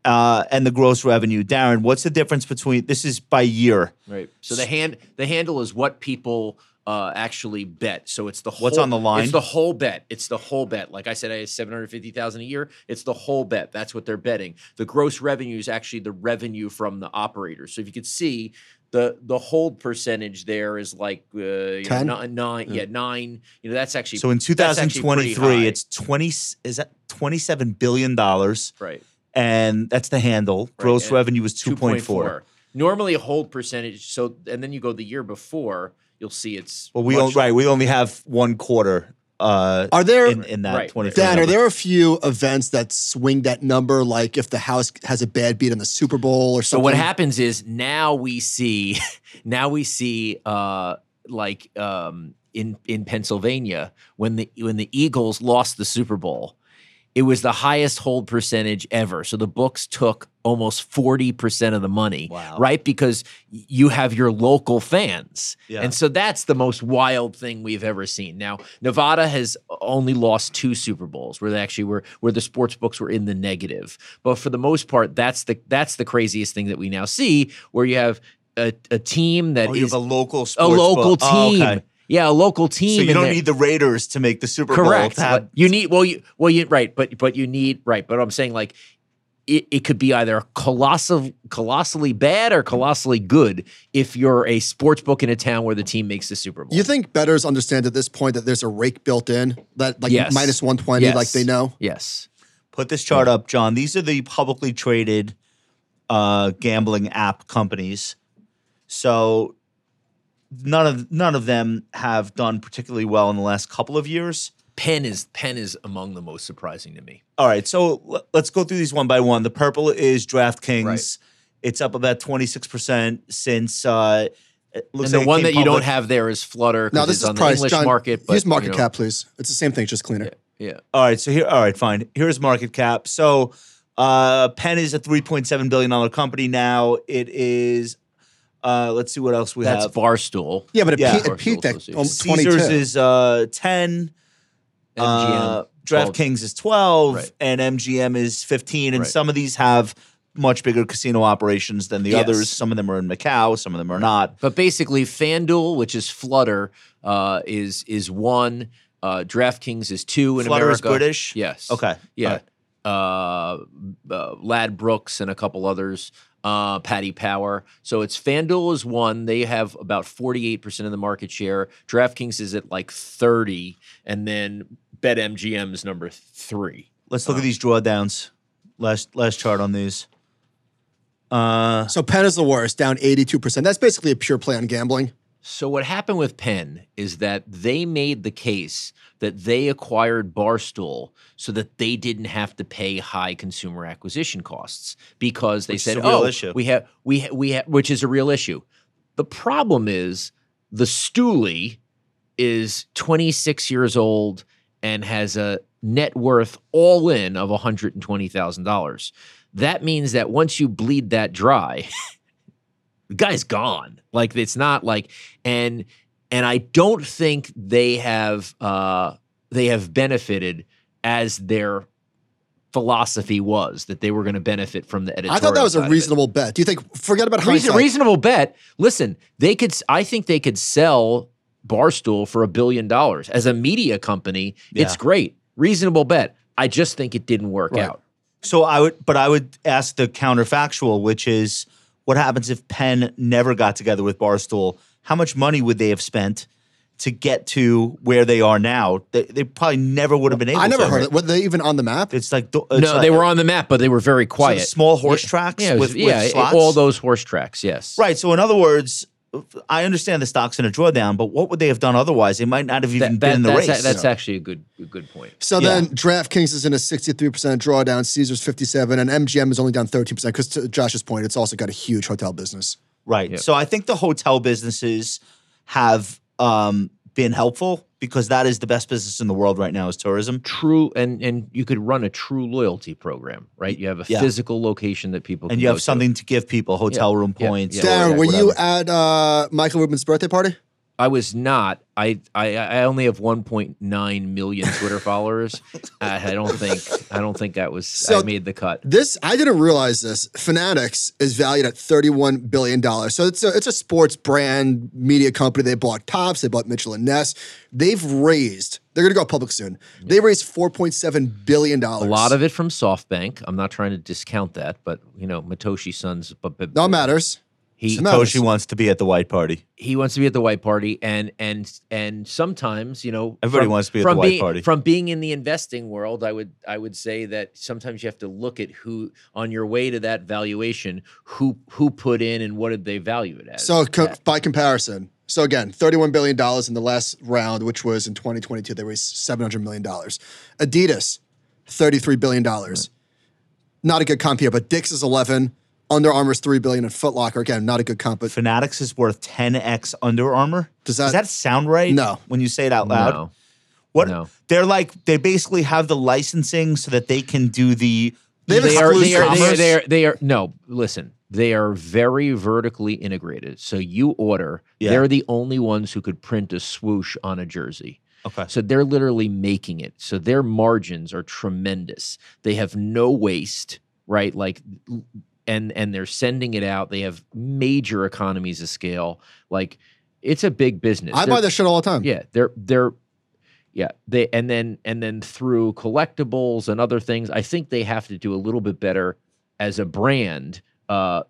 uh, and the gross revenue. Darren, what's the difference between this is by year? right. So the hand the handle is what people. Uh, actually bet so it's the whole, What's on the line? it's the whole bet it's the whole bet like i said i have 750000 a year it's the whole bet that's what they're betting the gross revenue is actually the revenue from the operator so if you could see the the hold percentage there is like uh, you know, 10? nine, nine yeah nine you know that's actually So in that's actually pretty 2023, high. it's 20 is that 27 billion dollars right and that's the handle. Gross and revenue was 2.4. 2.4. normally a hold percentage so and then you go the year before you'll see it's Well, we much don't right, we only have one quarter uh Are there in, in that Right, right. 23 Dan? Are number. there a few events that swing that number? Like if the house has a bad beat in the Super Bowl or So something. what happens is now we see, now we see, uh, like um, in in Pennsylvania when the when the Eagles lost the Super Bowl, It was the highest hold percentage ever. So the books took almost 40% of the money, Wow. right? Because y- you have your local fans. Yeah. And so that's the most wild thing we've ever seen. Now, Nevada has only lost two Super Bowls where they actually were where the sports books were in the negative. But for the most part, that's the that's the craziest thing that we now see where you have a, a team that Oh, is you have a local a sports local book. Oh, team. okay. Yeah, a local team. So you in don't there. need the Raiders to make the Super correct. Bowl. To have, but you need well, you well, you right, but but you need right. But I'm saying like it, it could be either colossal, colossally bad or colossally good if you're a sports book in a town where the team makes the Super Bowl. You think betters understand at this point that there's a rake built in that like Yes. minus 120, like Yes. they know? Yes. put this chart up, John. These are the publicly traded uh, gambling app companies. So none of none of them have done particularly well in the last couple of years. Penn is Penn is among the most surprising to me. All right, so l- let's go through these one by one. The purple is DraftKings. Right. It's up about twenty six percent since. Uh, it looks And the like it one came that you don't public- have there is Flutter. 'cause No, this it's is on the price. English John, market. But, use market you know, cap, please. It's the same thing, it's just cleaner. Yeah. All right, so here. All right, fine. Here's market cap. So, uh, Penn is a three point seven billion dollar company now. It is. Uh, let's see what else we That's have. Barstool. Yeah, but it, Yeah. pe- it peaked at Caesars um, Caesars 22. is uh, ten. MGM. uh, twelve. DraftKings is twelve, Right. and MGM is fifteen. And Right. some of these have much bigger casino operations than the Yes. others. Some of them are in Macau. Some of them are not. But basically, FanDuel, which is Flutter, uh, is is one. Uh, DraftKings is two in Flutter is America. British? Yes. Okay. Yeah. Alright. Uh, uh, Lad Brooks and a couple others. Uh, Patty Power. So it's FanDuel is one. They have about forty eight percent of the market share. DraftKings is at like thirty, and then BetMGM is number three. Let's look at these drawdowns. Last last chart on these. Uh, So Penn is the worst, down 82%. That's basically a pure play on gambling. So what happened with Penn is that they made the case that they acquired Barstool so that they didn't have to pay high consumer acquisition costs because they Which is said, a real "Oh, issue. we have we ha- we ha-, which is a real issue." The problem is the Stooley is 26 years old and has a net worth all in of $120,000. That means that once you bleed that dry, the guy's gone. Like it's not like and and I don't think they have uh they have benefited as their philosophy was that they were going to benefit from the editorial. I thought that was side a of it. reasonable bet. Do you think, forget about Reason, hindsight. reasonable bet. Listen, they could. s- I think they could sell Barstool for a billion dollars as a media company. It's Yeah. great. Reasonable bet. I just think it didn't work Right. out. so I would, but I would ask the counterfactual, which is, what happens if Penn never got together with Barstool? How much money would they have spent to get to where they are now? They, they probably never would have been able. I never to. heard it. Were they even on the map? It's like it's no, like- they were on the map, but they were very so the quiet. small horse tracks yeah, it was- with, yeah, with it- slots. all those horse tracks. Yes, Right. So in other words, I understand the stock's in a drawdown, but what would they have done otherwise? They might not have even That, been in that, the that's, race. that's actually a good a good point. So Yeah. then DraftKings is in a 63% drawdown, Caesars 57, and MGM is only down 13% because to Josh's point, it's also got a huge hotel business. right. So I think the hotel businesses have um, been helpful because that is the best business in the world right now is tourism. True, and and you could run a true loyalty program, right? You have a Yeah. physical location that people can And you go have to. something to give people hotel room yeah, points. yeah. Whatever. Darren, were you at uh, Michael Rubin's birthday party? I was not. I I, I only have 1.9 million Twitter followers. I, I don't think I don't think that was So- I made the cut. This I didn't realize this. Fanatics is valued at thirty-one billion dollars. So it's a it's a sports brand media company. They bought Tops, they bought Mitchell and Ness. They've raised. They're going to go public soon. They raised four point seven billion dollars. A lot of it from SoftBank. I'm not trying to discount that, but you know Matoshi Son's. But, but no matters. he No. Toshi wants to be at the white party. he wants to be at the white party, and and and sometimes you know Everybody wants to be at the from white being- party. From being in the investing world, I would I would say that sometimes you have to look at who on your way to that valuation, who who put in and what did they value it as. So co- by comparison, so again, thirty-one billion dollars in the last round, which was in twenty twenty-two. They raised seven hundred million dollars. Adidas, thirty-three billion dollars. Not a good comp here, but Dick's is eleven. Under Armour's three billion, and Foot Locker again, not a good comp, but Fanatics is worth 10x Under Armour. Does that- sound right? No. When you say it out loud. No. What No. they're like, they basically have the licensing so that they can do the. They have they are, they, are, they, are, commerce. they, are, they are no listen they are very vertically integrated so you order Yeah. they're the only ones who could print a swoosh on a jersey Okay. so they're literally making it so their margins are tremendous they have no waste right like and and they're sending it out they have major economies of scale like it's a big business I They're- buy this shit all the time. yeah, they're they're yeah, they and then and then through collectibles and other things, I think they have to do a little bit better as a brand uh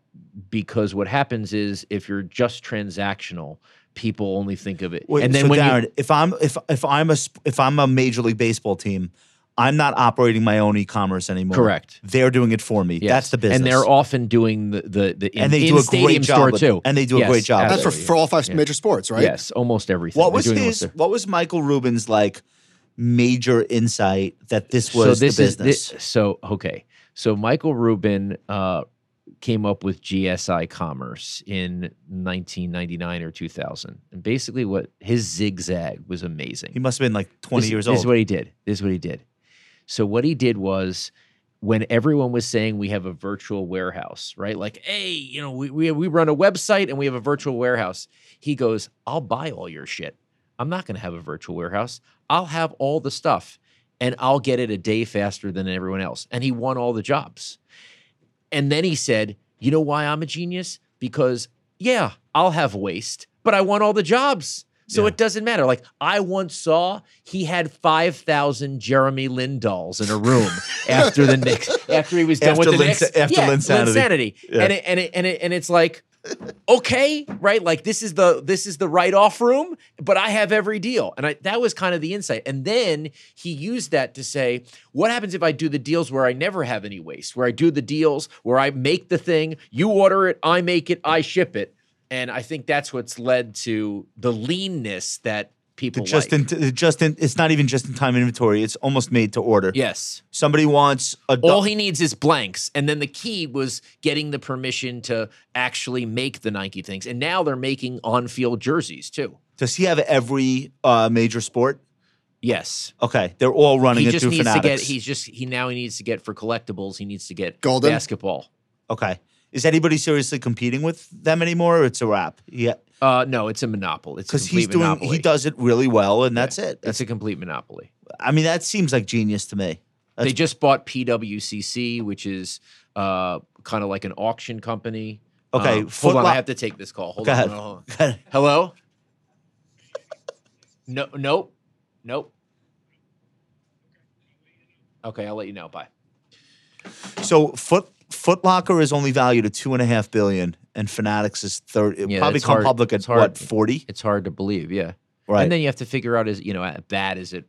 because what happens is if you're just transactional, people only think of it. Wait, and then so when you- Darren, if I'm if if I'm a sp- if I'm a major league baseball team, I'm not operating my own e-commerce anymore. Correct. They're doing it for me. Yes. That's the business. And they're often doing the the, the in, And they in do a great stadium job store with- too. and they do a Yes, great job with That's for, absolutely. for all five major sports, right? Yes, almost everything. what They're was doing almost his everything. what was Michael Rubin's like major insight that this was so this the is thi- business? so okay. So Michael Rubin uh, came up with GSI Commerce in 1999 or 2000, and basically what his zigzag was amazing. he must have been like 20 This- years This old. is what he did. This is what he did. So what he did was when everyone was saying we have a virtual warehouse, right? Like, hey, you know, we we, we run a website and we have a virtual warehouse. He goes, I'll buy all your shit. I'm not gonna have a virtual warehouse. I'll have all the stuff and I'll get it a day faster than everyone else. And he won all the jobs. And then he said, You know why I'm a genius? Because, yeah, I'll have waste, but I won all the jobs. So Yeah. it doesn't matter. Like, I once saw he had 5,000 Jeremy Lin dolls in a room after the Knicks, after he was done After with the Lin- Knicks. after yeah, Linsanity. Linsanity. Yeah. And, it, and, it, and, it, and it's like, okay, right? Like this is the this is the write off room, but I have every deal, and I that was kind of the insight. And then he used that to say, what happens if I do the deals where I never have any waste, where I do the deals where I make the thing, you order it, I make it, I ship it, and I think that's what's led to the leanness that people just like. in, t- just in, it's not even just in time inventory. It's almost made to order. yes. Somebody wants a do- All he needs is blanks. And then the key was getting the permission to actually make the Nike things. And now they're making on field jerseys too. Does he have every uh, major sport? Yes. Okay, they're all running he it just through needs to get Fanatics. he's just he now he needs to get for collectibles he needs to get Golden? basketball okay, is anybody seriously competing with them anymore? or It's a wrap. Yeah, uh no it's a monopoly it's a because complete he's doing monopoly he does it really well, and that's it. it's That's a complete monopoly I mean, that seems like genius to me. That's- they just bought pwcc which is uh kind of like an auction company Okay, Um, Foot hold on i Lo- have to take this call hold Go on, ahead. hold on, hold on. God, hello no nope nope okay i'll let you know bye so Foot Foot Locker is only valued at two and a half billion, and Fanatics is thirty. It Yeah, probably it's come hard- public at it's hard. what forty, it's hard to believe yeah right? and then you have to figure out is you know at bad is it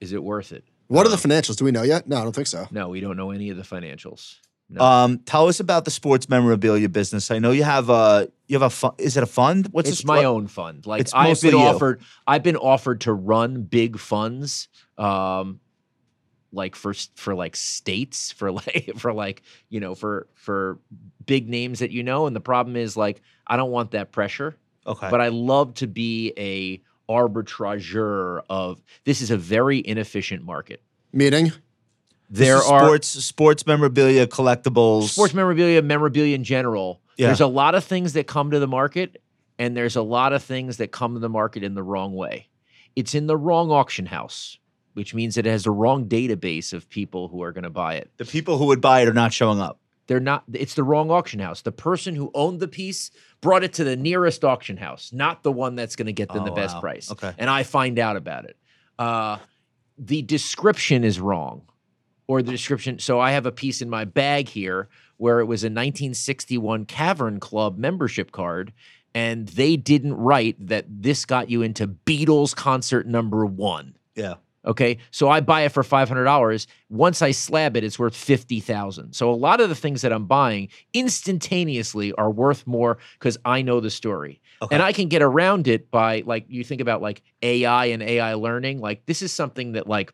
is it worth it What are the Um, financials? Do we know yet? No, I don't think so. No, we don't know any of the financials. No. um, tell us about the sports memorabilia business. I know you have a you have a fun, is it a fund? What's it's this- my what- own fund. Like It's I've mostly been you. offered, I've been offered to run big funds, um, like for s- for like states, for like for like you know for for big names that you know. And the problem is like I don't want that pressure. Okay, but I love to be a arbitrageur of this is a very inefficient market. Meeting. This There is are sports sports memorabilia collectibles. sports memorabilia, memorabilia in general. Yeah. There's a lot of things that come to the market, and there's a lot of things that come to the market in the wrong way. It's in the wrong auction house, which means it has the wrong database of people who are going to buy it. the people who would buy it are not showing up. They're not. It's the wrong auction house. The person who owned the piece brought it to the nearest auction house, not the one that's going to get them the Oh, best wow. price. Okay. And I find out about it. Uh, the description is wrong, or the description. So I have a piece in my bag here where it was a 1961 Cavern Club membership card, and they didn't write that this got you into Beatles concert number one. Yeah. Okay, so I buy it for five hundred dollars. Once I slab it, it's worth fifty thousand. So a lot of the things that I'm buying instantaneously are worth more because I know the story, Okay. and I can get around it by like you think about like AI and AI learning. Like this is something that like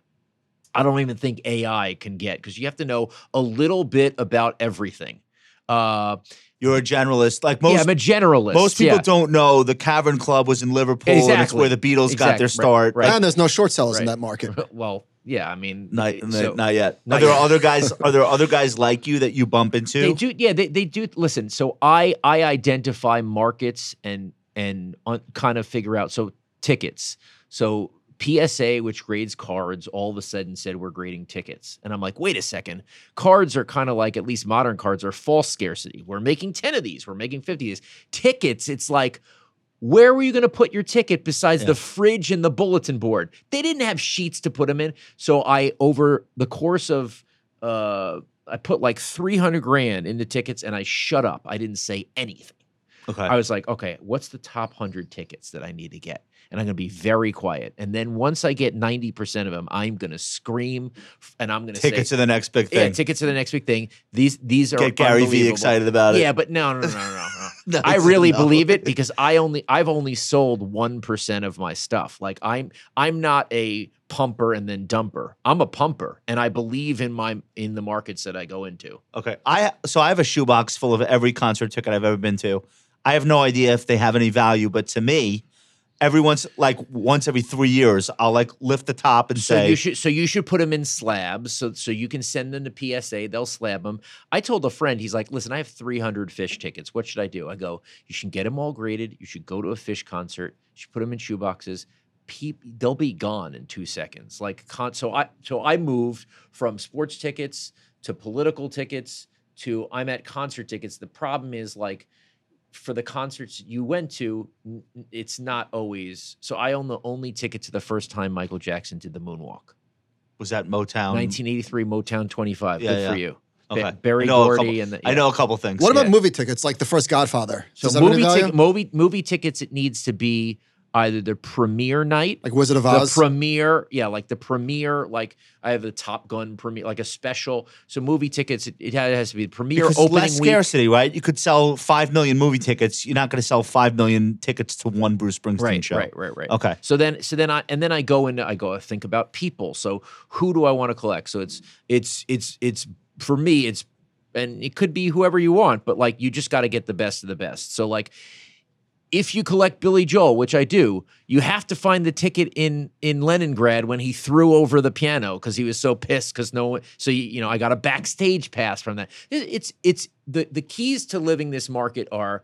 I don't even think AI can get because you have to know a little bit about everything. Uh, You're a generalist. Like most yeah, I'm a generalist. most people yeah. don't know the Cavern Club was in Liverpool and it's Exactly. where the Beatles got their Exactly. Right, start. right. And there's no short sellers in Right. that market. Well, yeah, I mean, Not, they- so- not yet. Not are there yet. other guys? Are there other guys like you that you bump into? They do, yeah. They, they do. Listen, so I I identify markets and and un, kind of figure out so tickets. So PSA, which grades cards, all of a sudden said we're grading tickets, and I'm like, wait a second. Cards are kind of like at least modern cards are false scarcity. We're making ten of these. We're making fifty of these. Tickets, it's like. Where were you going to put your ticket besides the fridge and the bulletin board? They didn't have sheets to put them in. So I, over the course of uh, I put like 300 grand into tickets and I shut up. I didn't say anything. Okay. I was like, okay, what's the top 100 tickets that I need to get? And I'm going to be very quiet. And then once I get 90% of them, I'm going to scream f- and I'm going to say, Tickets to the next big yeah, thing. tickets to the next big thing. These these are Get Gary Vee unbelievable. excited about it. Yeah, but no, no, no, no, no. no. No, I really no. believe it because I only I've only sold one percent of my stuff. Like I'm I'm not a pumper and then dumper. I'm a pumper, and I believe in my in the markets that I go into. Okay. I so I have a shoebox full of every concert ticket I've ever been to. I have no idea if they have any value, but to me, every once like once every three years, I'll like lift the top and So say, you should so you should put them in slabs so so you can send them to PSA. They'll slab them. I told a friend, he's like, listen, I have 300 fish tickets. What should I do? I go, you should get them all graded. You should go to a fish concert. You should put them in shoeboxes. Peep, they'll be gone in two seconds. Like con- so I so I moved from sports tickets to political tickets to I'm at concert tickets. The problem is like for the concerts you went to, n- n- it's not always. So I own the only ticket to the first time Michael Jackson did the moonwalk. "Was that Motown?" 1983 Motown 25. Um, Yeah, Good for yeah. you. Ba- Okay. Barry I know a Gordy couple- and the, I yeah. know a couple things. What about Yeah. movie tickets, like The First Godfather? So Does that have any movie, value? tic- movie movie tickets. It needs to be either the premiere night, like Wizard of the Oz? premiere, yeah, like the premiere. Like I have the Top Gun premiere, like a special. So movie tickets. It, it has to be the premiere Because opening less week. scarcity, right? You could sell five million movie tickets. You're not going to sell five million tickets to one Bruce Springsteen Right, show. right, right, right. Okay. So then, so then I and then I go into I go I think about people. So who do I want to collect? So it's it's it's it's for me it's and it could be whoever you want, but like you just got to get the best of the best. So like if you collect Billy Joel, which I do, you have to find the ticket in in Leningrad when he threw over the piano because he was so pissed because no one. So you, you know, I got a backstage pass from that. It- It's it's the the keys to living this market are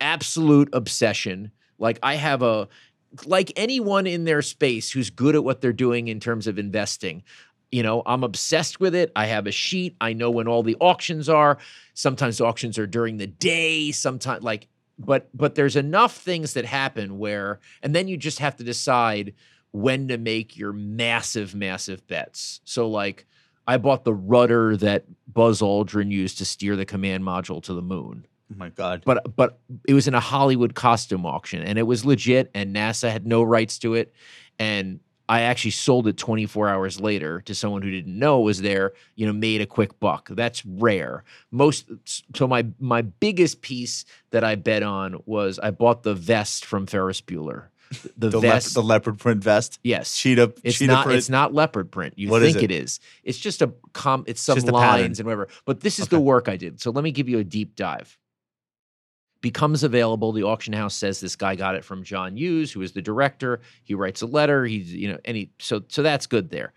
absolute obsession. Like I have a like anyone in their space who's good at what they're doing in terms of investing. You know, I'm obsessed with it. I have a sheet. I know when all the auctions are. Sometimes auctions are during the day. Sometimes like but but there's enough things that happen where and then you just have to decide when to make your massive massive bets. So like I bought the rudder that Buzz Aldrin used to steer the command module to the moon Oh my God. but but it was in a Hollywood costume auction and it was legit and NASA had no rights to it and I actually sold it 24 hours later to someone who didn't know it was there, you know, made a quick buck. That's rare. Most so my my biggest piece that I bet on was I bought the vest from Ferris Bueller. The, the, lep- vest the leopard print vest. yes. Cheetah. It's cheetah not. print. It's not leopard print. You What is think it? it is? It's just a com. It's some just a pattern. lines and whatever. But this is the Okay. work I did. So let me give you a deep dive. Becomes available. The auction house says this guy got it from John Hughes, who is the director. He writes a letter. He's you know, and he so so that's good there.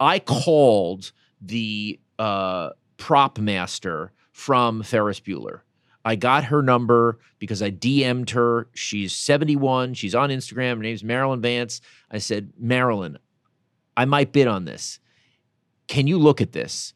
I called the uh, prop master from Ferris Bueller. I got her number because I DM'd her. She's 71. She's on Instagram. Her name's Marilyn Vance. I said, Marilyn, I might bid on this. Can you look at this?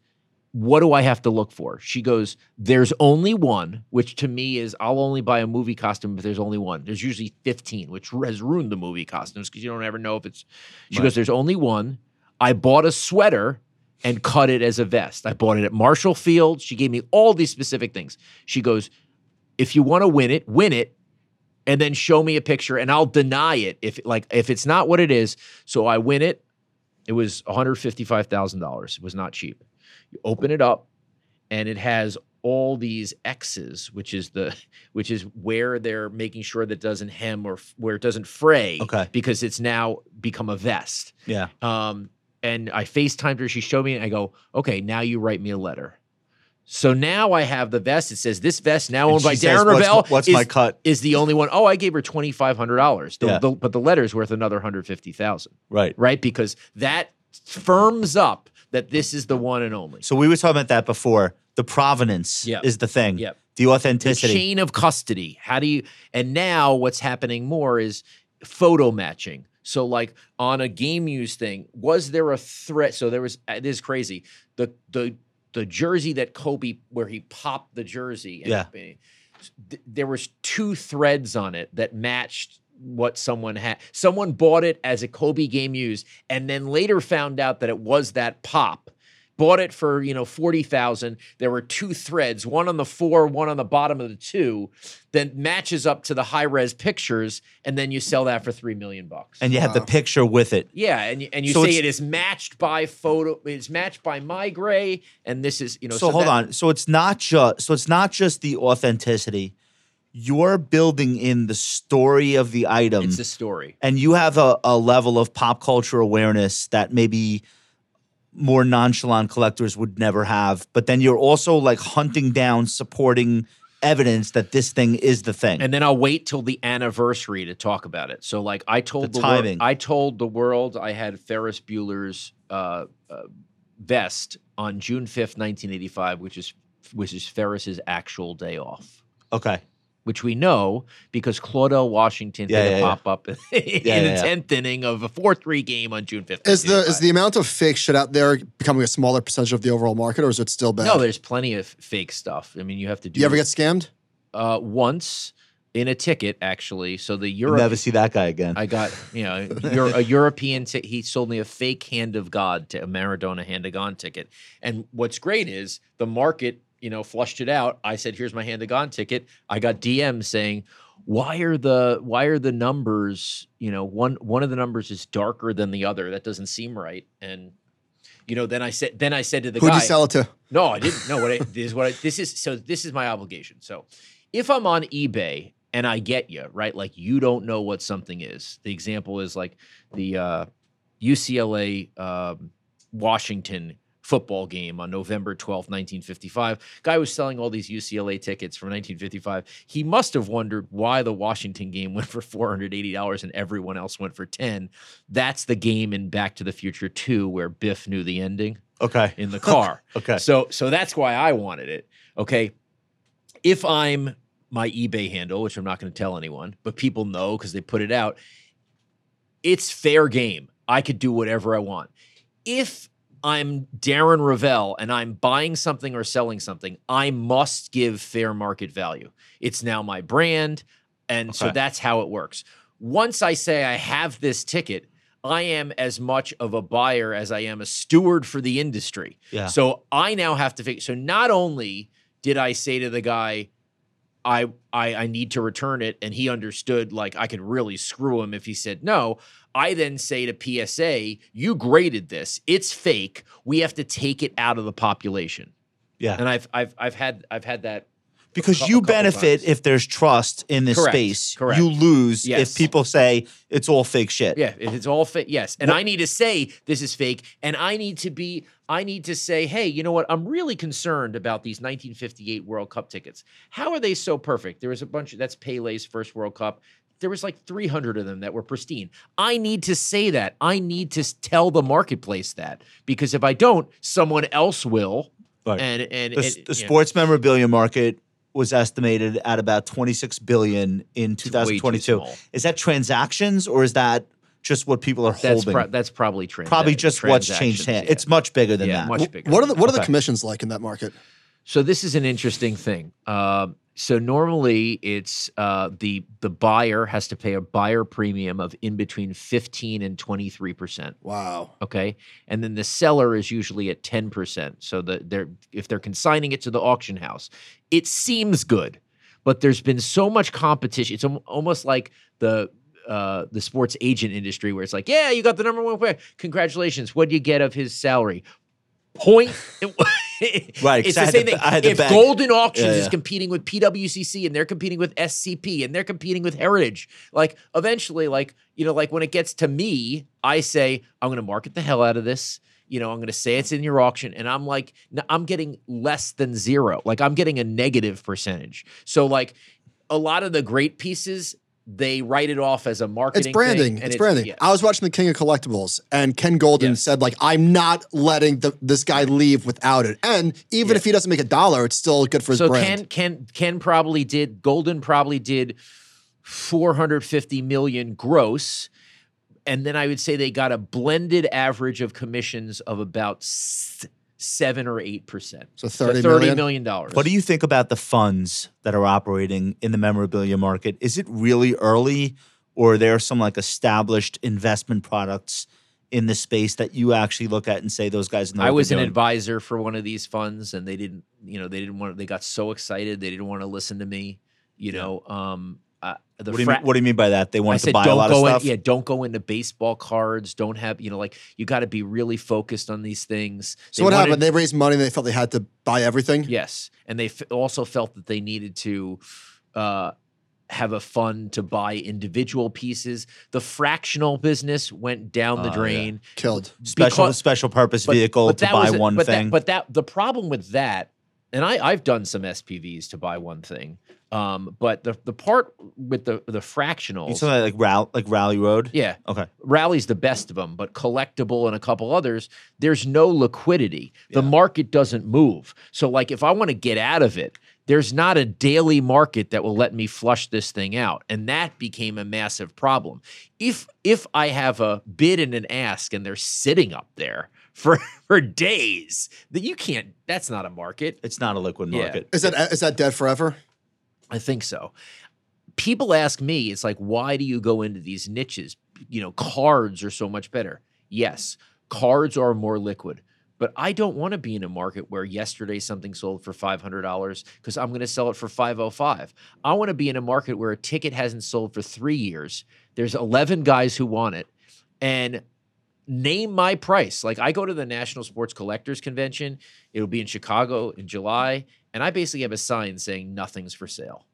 What do I have to look for? She goes, There's only one, which to me is I'll only buy a movie costume if there's only one. There's usually 15, which has ruined the movie costumes because you don't ever know if it's. She Right. goes, There's only one. I bought a sweater and cut it as a vest. I bought it at Marshall Field. She gave me all these specific things. She goes, If you want to win it, win it and then show me a picture and I'll deny it if like if it's not what it is. So I win it. It was $155,000. It was not cheap. You open it up and it has all these X's, which is the which is where they're making sure that doesn't hem or f- where it doesn't fray Okay. because it's now become a vest. Yeah. Um, and I FaceTimed her. She showed me, and I go, okay, now you write me a letter. So now I have the vest. It says this vest now And owned by she says, Darren "What's- Ravel. what's is, my cut?" Is the only one. Oh, I gave her twenty five hundred dollars. Yeah. But the letter's worth another hundred fifty thousand. Right. Right, because that firms up that this is the one and only. So we were talking about that before. The provenance Yeah. is the thing. Yeah. The the authenticity. chain of custody. How do you? And now what's happening more is photo matching. So like on a game use thing, was there a threat? So there was. It is crazy. The the the jersey that Kobe, where he popped the jersey. Yeah. th- there was two threads on it that matched what someone had. Someone bought it as a Kobe game use, and then later found out that it was that pop. Bought it for you know forty thousand. There were two threads, one on the four, one on the bottom of the two, that matches up to the high res pictures, and then you sell that for three million bucks. and you have the Wow. picture with it. yeah, and you- and you So say it's- it is matched by photo. It's matched by my gray, and this is you know. so, hold that- on. So it's not just so it's not just the authenticity. You're building in the story of the item. It's a story. and you have a, a level of pop culture awareness that maybe more nonchalant collectors would never have. But then you're also like hunting down supporting evidence that this thing is the thing. and then I'll wait till the anniversary to talk about it. So like I told The the, wor- timing. I told the world I had Ferris Bueller's uh, uh, vest on June fifth, nineteen eighty five, which is which is Ferris's actual day off. okay. Which we know because Claudel Washington Yeah, did yeah, a yeah. pop up in yeah, the yeah. tenth inning of a four three game on June fifth. Is the is the amount of fake shit out there becoming a smaller percentage of the overall market, or is it still bad? no? There's plenty of fake stuff. I mean, you have to do. you ever get scammed? uh, once in a ticket actually? So the You'll Euro never see that guy again. I got you know Euro, a European. T- he sold me a fake hand of God to a Maradona hand of God ticket. And what's great is the market, you know, flushed it out. I said, "Here's my hand of God ticket." I got DMs saying, "Why are the why are the numbers? You know, one one of the numbers is darker than the other. That doesn't seem right." And you know, then I said, then I said to the Who'd guy, you sell it to? no, I didn't. No, what I, this is what I, this is. So this is my obligation. So if I'm on eBay and I get you right, like you don't know what something is. The example is like the uh, UCLA um, Washington football game on November twelfth, nineteen 1955. Guy was selling all these UCLA tickets from 1955. He must have wondered why the Washington game went for $480 and everyone else went for 10. That's the game in Back to the Future 2 where Biff knew the ending okay. in the car. Okay. So so that's why I wanted it. Okay. If I'm my eBay handle, which I'm not going to tell anyone, but people know because they put it out, it's fair game. I could do whatever I want. If I'm Darren Ravel and I'm buying something or selling something, I must give fair market value. It's now my brand. And so Okay. that's how it works. Once I say I have this ticket, I am as much of a buyer as I am a steward for the industry. Yeah. So I now have to figure. So not only did I say to the guy, I, I I need to return it, and he understood like I could really screw him if he said no. I then say to PSA, you graded this. It's fake. We have to take it out of the population. Yeah. And I've I've I've had I've had that because cou- a you couple benefit times. if there's trust in this Correct, space. correct. You lose Yes. if people say it's all fake shit. Yeah, if it's all fake. Yes, and I need to say this is fake, and I need to be. I need to say, hey, you know what? I'm really concerned about these 1958 World Cup tickets. How are they so perfect? There was a bunch. Of, that's Pele's first World Cup. There was like 300 of them that were pristine. I need to say that. I need to s- tell the marketplace that because if I don't, someone else will. Right. And and The, s- and- the yeah. sports memorabilia market was estimated at about 26 billion in too 2022. small. Is that transactions or is that just what people are That's holding? pro- that's probably trans- Probably just what's changed transactions, hands. yeah. It's much bigger than Yeah, that. much bigger. What are the what are the Okay. commissions like in that market? So this is an interesting thing. Um, so normally it's uh, the the buyer has to pay a buyer premium of in between fifteen and twenty three percent. Wow. Okay, and then the seller is usually at ten percent. So the they're if they're consigning it to the auction house, it seems good, but there's been so much competition. It's al- almost like the uh, the sports agent industry where it's like, yeah, you got the number one player. Congratulations. What do you get of his salary? Point. Right, 'cause It's I the had same the- thing. I had the If bag. Golden Auctions Yeah, is yeah. competing with PWCC and they're competing with SCP and they're competing with Heritage, like eventually, like, you know, like when it gets to me, I say, I'm going to market the hell out of this. you know, I'm going to say it's in your auction, and I'm like, n- I'm getting less than zero. Like I'm getting a negative percentage. So like, a lot of the great pieces, they write it off as a marketing. It's branding. thing, and it's, branding. yeah. I was watching The King of Collectibles, and Ken Golden Yeah. said, like, I'm not letting the, this guy leave without it. And even Yeah. if he doesn't make a dollar, it's still good for his so brand. Ken, Ken, Ken probably did. Golden probably did 450 million gross, and then I would say they got a blended average of commissions of about s- seven or eight percent. So 30 million? million dollars. What do you think about the funds that are operating in the memorabilia market? Is it really early, or are there some like established investment products in the space that you actually look at and say those guys know? I what was they're an doing? advisor for one of these funds, and they didn't, you know, they didn't want. They got so excited, they didn't want to listen to me. You know, um, uh, the What do, you fra- mean, what do you mean by that? They wanted I said, to buy don't a lot go of stuff. In, yeah, don't go into baseball cards. Don't have, you know, like you got to be really focused on these things. so They what wanted- happened? They raised money and they felt they had to buy everything. Yes, and they f- also felt that they needed to uh, have a fund to buy individual pieces. The fractional business went down Oh, the yeah. drain. Killed. special Because- special purpose vehicle to that buy was a- one but that- thing. but that the problem with that, and I I've done some SPVs to buy one thing. Um, but the the part with the the fractional. you saw that like rally, like Rally Road. Yeah. Okay. Rally's the best of them, but collectible and a couple others, there's no liquidity. The market doesn't move. So, like, if I want to get out of it, there's not a daily market that will let me flush this thing out. And that became a massive problem. If if I have a bid and an ask and they're sitting up there for for days, that you can't that's not a market. It's not a liquid Yeah. market. Is that is that dead forever? I think so. People ask me, it's like, why do you go into these niches? You know, cards are so much better. Yes, cards are more liquid, but I don't want to be in a market where yesterday something sold for $500 because I'm going to sell it for 505. I want to be in a market where a ticket hasn't sold for three years. There's 11 guys who want it. And name my price. Like I go to the National Sports Collectors Convention. It'll be in Chicago in July, and I basically have a sign saying nothing's for sale.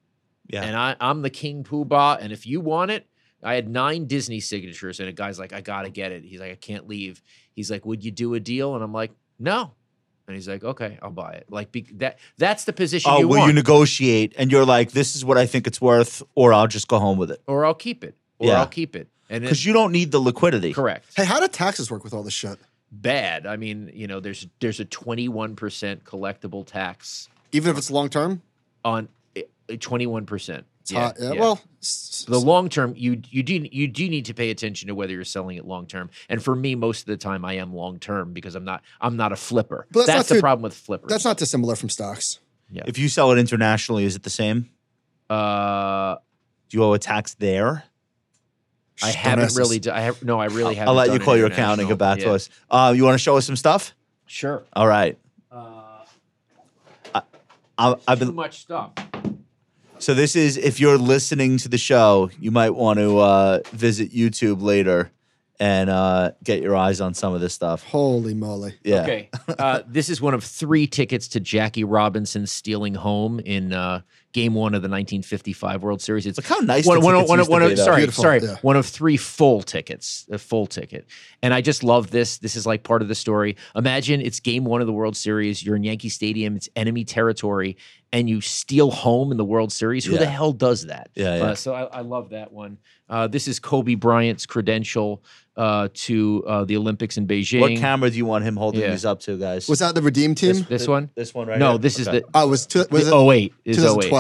Yeah. And I, I'm the king poobah, and if you want it, I had nine Disney signatures, and a guy's like, I gotta get it. He's like, I can't leave. He's like, Would you do a deal? And I'm like, No. And he's like, Okay, I'll buy it. Like be, that. That's the position. Oh, you will want. you negotiate? And you're like, this is what I think it's worth, or I'll just go home with it or I'll keep it. Or Yeah. I'll keep it. And because it's you don't need the liquidity. correct. Hey, how do taxes work with all this shit? bad. I mean, you know, there's there's a 21% collectible tax Even if it's long term, on uh, 21%. it's hot. Yeah, Well, s- the long term you you do you do need to pay attention to whether you're selling it long term. And for me most of the time I am long term because I'm not I'm not a flipper. But that's not the too- problem with flippers. that's not dissimilar from stocks. If you sell it internationally, is it the same? uh Do you owe a tax there? I Shh, don't haven't ask really us. d I have no I really haven't I'll let done you an call your accounting international- about yeah. to us. Uh, you want to show us some stuff? Sure. All right. Uh, I, I've Too been much stuff. so. This is if you're listening to the show, you might want to uh, visit YouTube later and uh, get your eyes on some of this stuff. Holy moly! Yeah. Okay. Uh, this is one of three tickets to Jackie Robinson stealing home in uh, Game One of the 1955 World Series. It's Look how nice one, the one, tickets one, used to one be, of, though. sorry, Beautiful, sorry, yeah. one of three full tickets, a full ticket. And I just love this. This is like part of the story. Imagine it's Game One of the World Series. You're in Yankee Stadium. It's enemy territory, and you steal home in the World Series. Who the Yeah. hell does that? Yeah, yeah. Uh, so I, I love that one. Uh, this is Kobe Bryant's credential uh, to uh, the Olympics in Beijing. What camera do you want him holding Yeah. these up to, guys? Was that the Redeem team? this, this one? this one right no, here? this is Okay. the oh, it was two, was the it 08 is 08. 2012?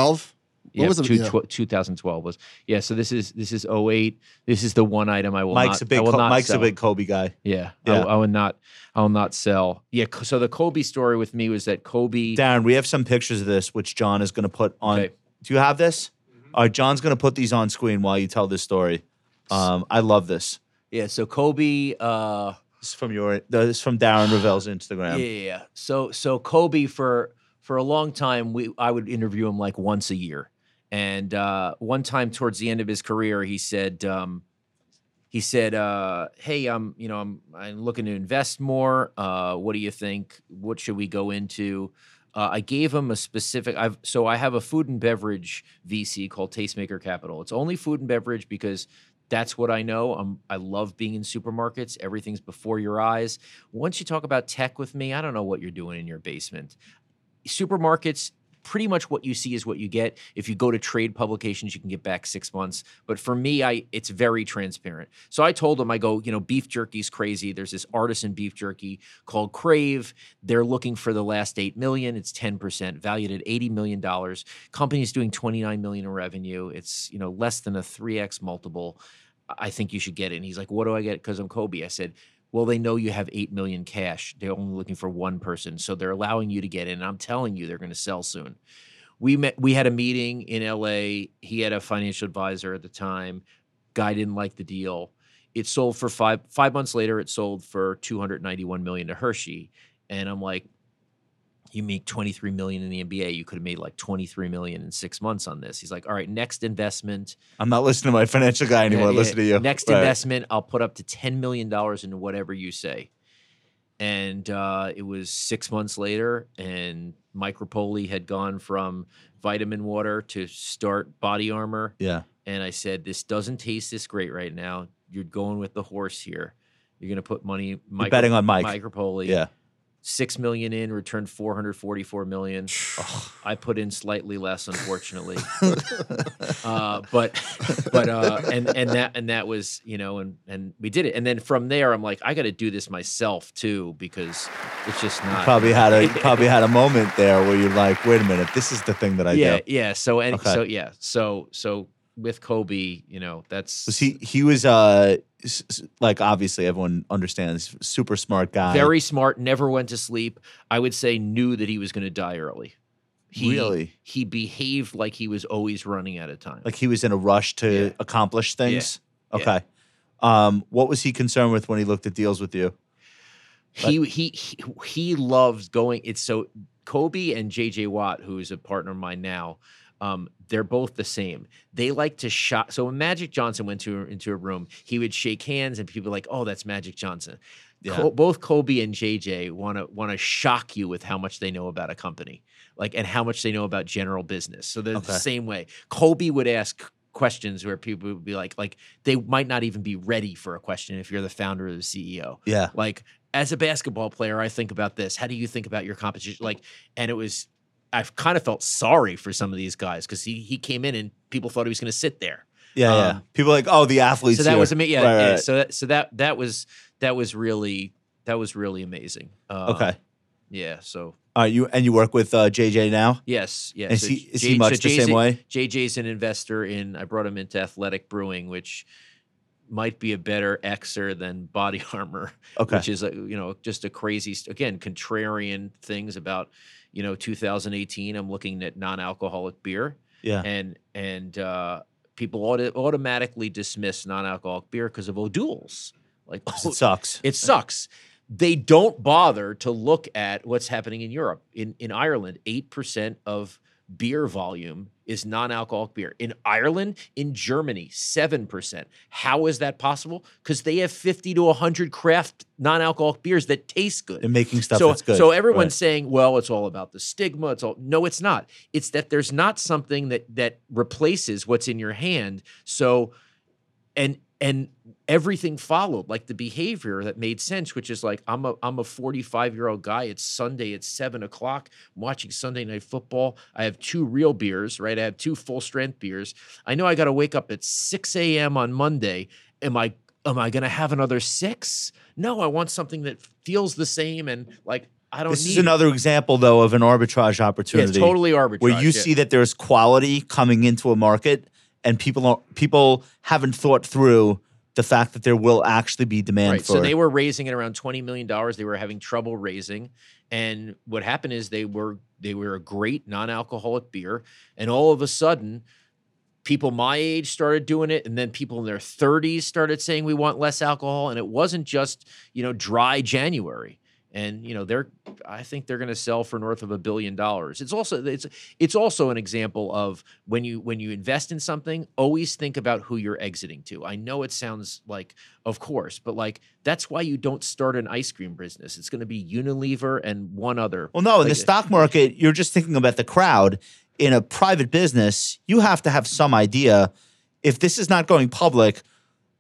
What Yeah, was it? two- Yeah. tw- 2012 was. Yeah, so this is this is 08. This is the one item I will Mike's not a big I will Co- not Mike's sell. a big Kobe guy. Yeah. I, Yeah. I would not I will not sell. Yeah, co- so the Kobe story with me was that Kobe Darren, we have some pictures of this, which John is going to put on. Okay. Do you have this? All right, John's going to put these on screen while you tell this story. Um, I love this. Yeah, so Kobe uh This is from your. This is from Darren Ravel's yeah, Instagram. yeah, yeah. So so Kobe for for a long time we I would interview him like once a year. And uh one time towards the end of his career he said um he said, uh, "Hey, I'm, you know, I'm, I'm looking to invest more. Uh, what do you think? What should we go into?" Uh, I gave him a specific. I've so I have a food and beverage VC called Tastemaker Capital. It's only food and beverage because That's what I know. Um, I love being in supermarkets. Everything's before your eyes. Once you talk about tech with me, I don't know what you're doing in your basement. Supermarkets, pretty much what you see is what you get. If you go to trade publications, you can get back six months. But for me, I it's very transparent. So I told them, I go, you know, beef jerky's crazy. There's this artisan beef jerky called Crave. They're looking for the last eight million. It's ten percent valued at eighty million dollars. Company's doing twenty nine million in revenue. It's you know less than a three x multiple. I think you should get it. And he's like, what do I get? Because I'm Kobe. I said. Well, they know you have 8 million cash. They're only looking for one person. So they're allowing you to get in. And I'm telling you, they're going to sell soon. We met, we had a meeting in LA. He had a financial advisor at the time. Guy didn't like the deal. It sold for five, five months later, it sold for 291 million to Hershey. And I'm like, you make 23 million in the NBA. You could have made like 23 million in six months on this. He's like, all right, next investment. I'm not listening to my financial guy anymore. Yeah, Listen to yeah. you. Next Right. investment, I'll put up to ten million dollars into whatever you say. And uh, it was six months later, and Micropoli had gone from vitamin water to start body armor. Yeah. And I said, "This doesn't taste this great right now. You're going with the horse here. You're going to put money. Micro, betting on Mike. Micropoli. Yeah. Six million in, returned four hundred forty-four million. I put in slightly less, unfortunately. uh, but but uh, and and that and that was you know and and we did it. And then from there, I'm like, I got to do this myself too because it's just not Probably had a probably had a moment there where you're like, wait a minute, this is the thing that I yeah do. yeah. So and Okay. so yeah so so with Kobe, you know that's Was he he was uh s- s- like obviously everyone understands super smart guy. very smart. Never went to sleep. I would say knew that he was going to die early. He, Really? he behaved like he was always running out of time. like he was in a rush to Yeah. accomplish things. Yeah. Okay. Um, what was he concerned with when he looked at deals with you? he, he he he loves going. It's so Kobe and JJ Watt, who is a partner of mine now. Um, they're both the same. They like to shop. So when Magic Johnson went to into a room, he would shake hands, and people were like, "Oh, that's Magic Johnson." Yeah. Co- both Kobe and JJ want to want to shock you with how much they know about a company, like and how much they know about general business. So they're Okay. the same way. Kobe would ask questions where people would be like, like they might not even be ready for a question if you're the founder or the E CEO Yeah. like as a basketball player i think about this how do you think about your competition like and it was i've kind of felt sorry for some of these guys because he, he came in and people thought he was going to sit there Yeah, yeah. Um, People are like, oh, the athletes. so that here. was amazing yeah, Right, yeah, right, right. so that so that that was that was really that was really amazing uh, okay. yeah so All right. You and you work with uh, JJ now. yes yes Is so he is he J- much so the same JJ way? jj's an investor in i brought him into athletic brewing which might be a better Xer than body armor Okay. which is a, you know just a crazy st- again contrarian things about you know 2018 i'm looking at non-alcoholic beer yeah. and and uh, people auto- automatically dismiss non-alcoholic beer because of o'douls like 'Cause oh, It sucks. it sucks they don't bother to look at what's happening in europe in, in ireland 8% of beer volume is non-alcoholic beer in ireland in germany 7% how is that possible because they have 50 to 100 craft non-alcoholic beers that taste good They're making stuff so, that's good. So everyone's Right. saying, well, it's all about the stigma. It's all no, it's not. It's that there's not something that that replaces what's in your hand. So and and everything followed, like the behavior that made sense, which is like I'm a I'm a 45 year old guy. It's Sunday, it's seven o'clock. I'm watching Sunday night football. I have two real beers, right? I have two full strength beers. I know I gotta wake up at 6 a.m. on Monday. Am I am I gonna have another six? No, I want something that feels the same and like I don't This need is another example, though, of an arbitrage yeah, opportunity. it's totally arbitrary. where you see that there's quality coming into a market and people are, people haven't thought through the fact that there will actually be demand Right. for So it. they were raising at around twenty million dollars. They were having trouble raising, and what happened is they were they were a great non-alcoholic beer, and all of a sudden, people my age started doing it, and then people in their thirties started saying we want less alcohol, and it wasn't just you know dry January. And you know they're, I think they're going to sell for north of a billion dollars. It's also it's it's also an example of when you when you invest in something, always think about who you're exiting to. I know it sounds like of course, but like that's why you don't start an ice cream business. It's going to be Unilever and one other. well, no, in the Like, stock market, you're just thinking about the crowd. In a private business, you have to have some idea if this is not going public,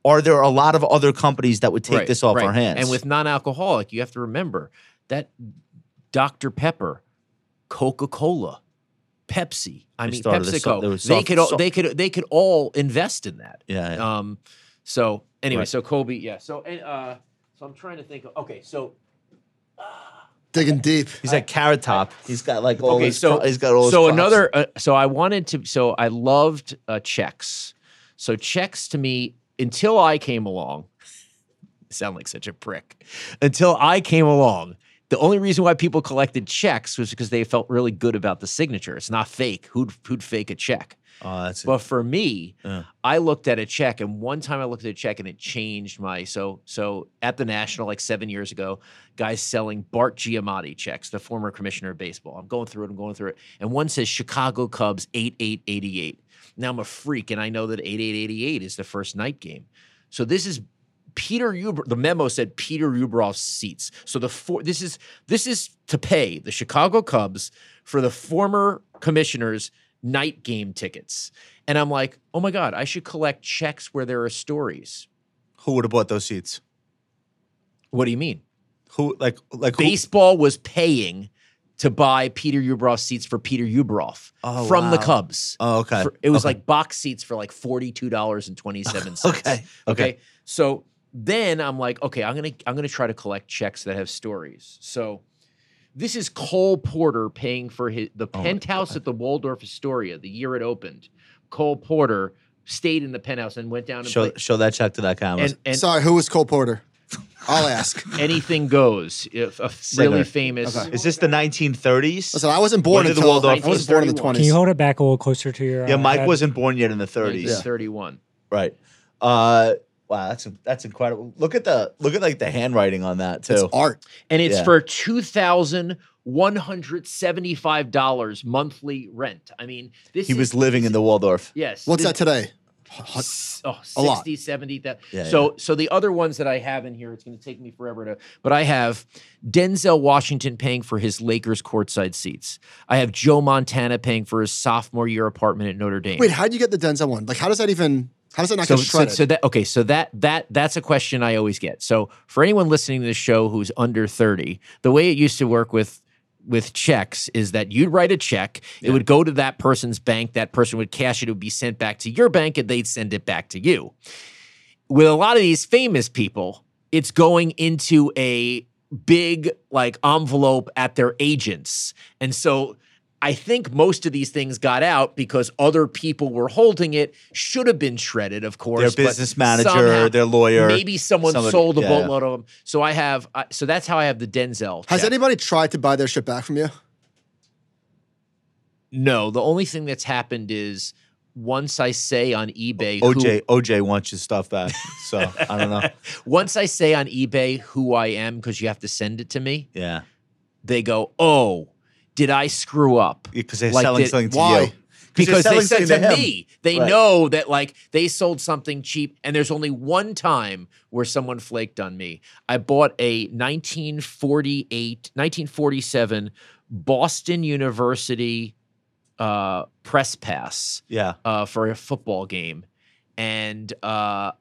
are there a lot of other companies that would take Right, this off right. our hands? And with non-alcoholic, you have to remember that Dr. Pepper, Coca-Cola, Pepsi, I They mean started a so- PepsiCo, they were they soft- could all, soft- they could they could all invest in that. yeah, yeah. Um, so anyway, Right. so Kobe, yeah. So and uh, so I'm trying to think. Of, okay, so Digging deep. he's like carrot top. He's got like all okay, his so pro- he's got all. his so props. another. Uh, so I wanted to. So I loved uh, checks. So checks to me until I came along. sound like such a prick. Until I came along. The only reason why people collected checks was because they felt really good about the signature. It's not fake. Who'd who'd fake a check? Oh, that's But for me, Yeah. I looked at a check, and one time I looked at a check, and it changed my so so at the national like seven years ago. Guys selling Bart Giamatti checks, the former commissioner of baseball. I'm going through it. I'm going through it, and one says Chicago Cubs eight eight eighty eight. Now I'm a freak, and I know that eight eight eighty eight is the first night game. So this is Peter Ubr. The memo said Peter Ubroff's seats. So the four. This is this is to pay the Chicago Cubs for the former commissioner's night game tickets. And I'm like, oh my god, I should collect checks where there are stories. who would have bought those seats? What do you mean? Who like like who, Baseball was paying to buy Peter Ubroff seats for Peter Ubroff Oh, from the wow. Cubs. Oh, okay. For- it was Okay. like box seats for like forty two dollars and twenty seven cents. okay. okay. So then I'm like, okay, I'm gonna I'm gonna try to collect checks that have stories. So this is Cole Porter paying for his the Oh my penthouse at the Waldorf Astoria the year it opened. Cole Porter stayed in the penthouse and went down and, Show played- show that check to that camera. and, and Sorry, who was Cole Porter? I'll ask. anything goes. If a Singer. really famous. Okay. Is this the 1930s? Listen, I wasn't born When did the until I Waldorf- was born in 1931. the Can twenties. you hold it back a little closer to your? yeah, uh, Mike head? wasn't born yet in the 30s. 1931. Right. Uh, wow, that's that's incredible. Look at the look at like the handwriting on that too. It's art. And it's Yeah. for $2,175 monthly rent. I mean, this he is, was living in the Waldorf. yes. What's this- that today? s- Oh, A lot. 60, 70. That, Yeah, so, so the other ones that I have in here, it's going to take me forever to, but I have Denzel Washington paying for his Lakers courtside seats. I have Joe Montana paying for his sophomore year apartment at Notre Dame. Wait, how do you get the Denzel one? Like, how does that even? How does that not so, get so, shredded? so that okay so that that that's a question i always get so for anyone listening to this show who's under 30 the way it used to work with with checks is that you'd write a check it would go to that person's bank that person would cash it it would be sent back to your bank and they'd send it back to you with a lot of these famous people it's going into a big like envelope at their agents and so I think most of these things got out because other people were holding it. Should have been shredded, of course. Their but business manager, somehow- their lawyer. Maybe someone somebody- sold a yeah, yeah. boatload of them. So I have. I so that's how I have the Denzel. Has check. anybody tried to buy their shit back from you? No. The only thing that's happened is once I say on eBay, who- OJ OJ wants your stuff back. So I don't know. once I say on eBay who I am because you have to send it to me, Yeah, they go, "Oh, did I screw up?" because they're Like selling that- something to why? you. because they said to, him. me they Right. know that like they sold something cheap and there's only one time where someone flaked on me i bought a 1948 1947 boston university uh, press pass Yeah, uh, for a football game and uh,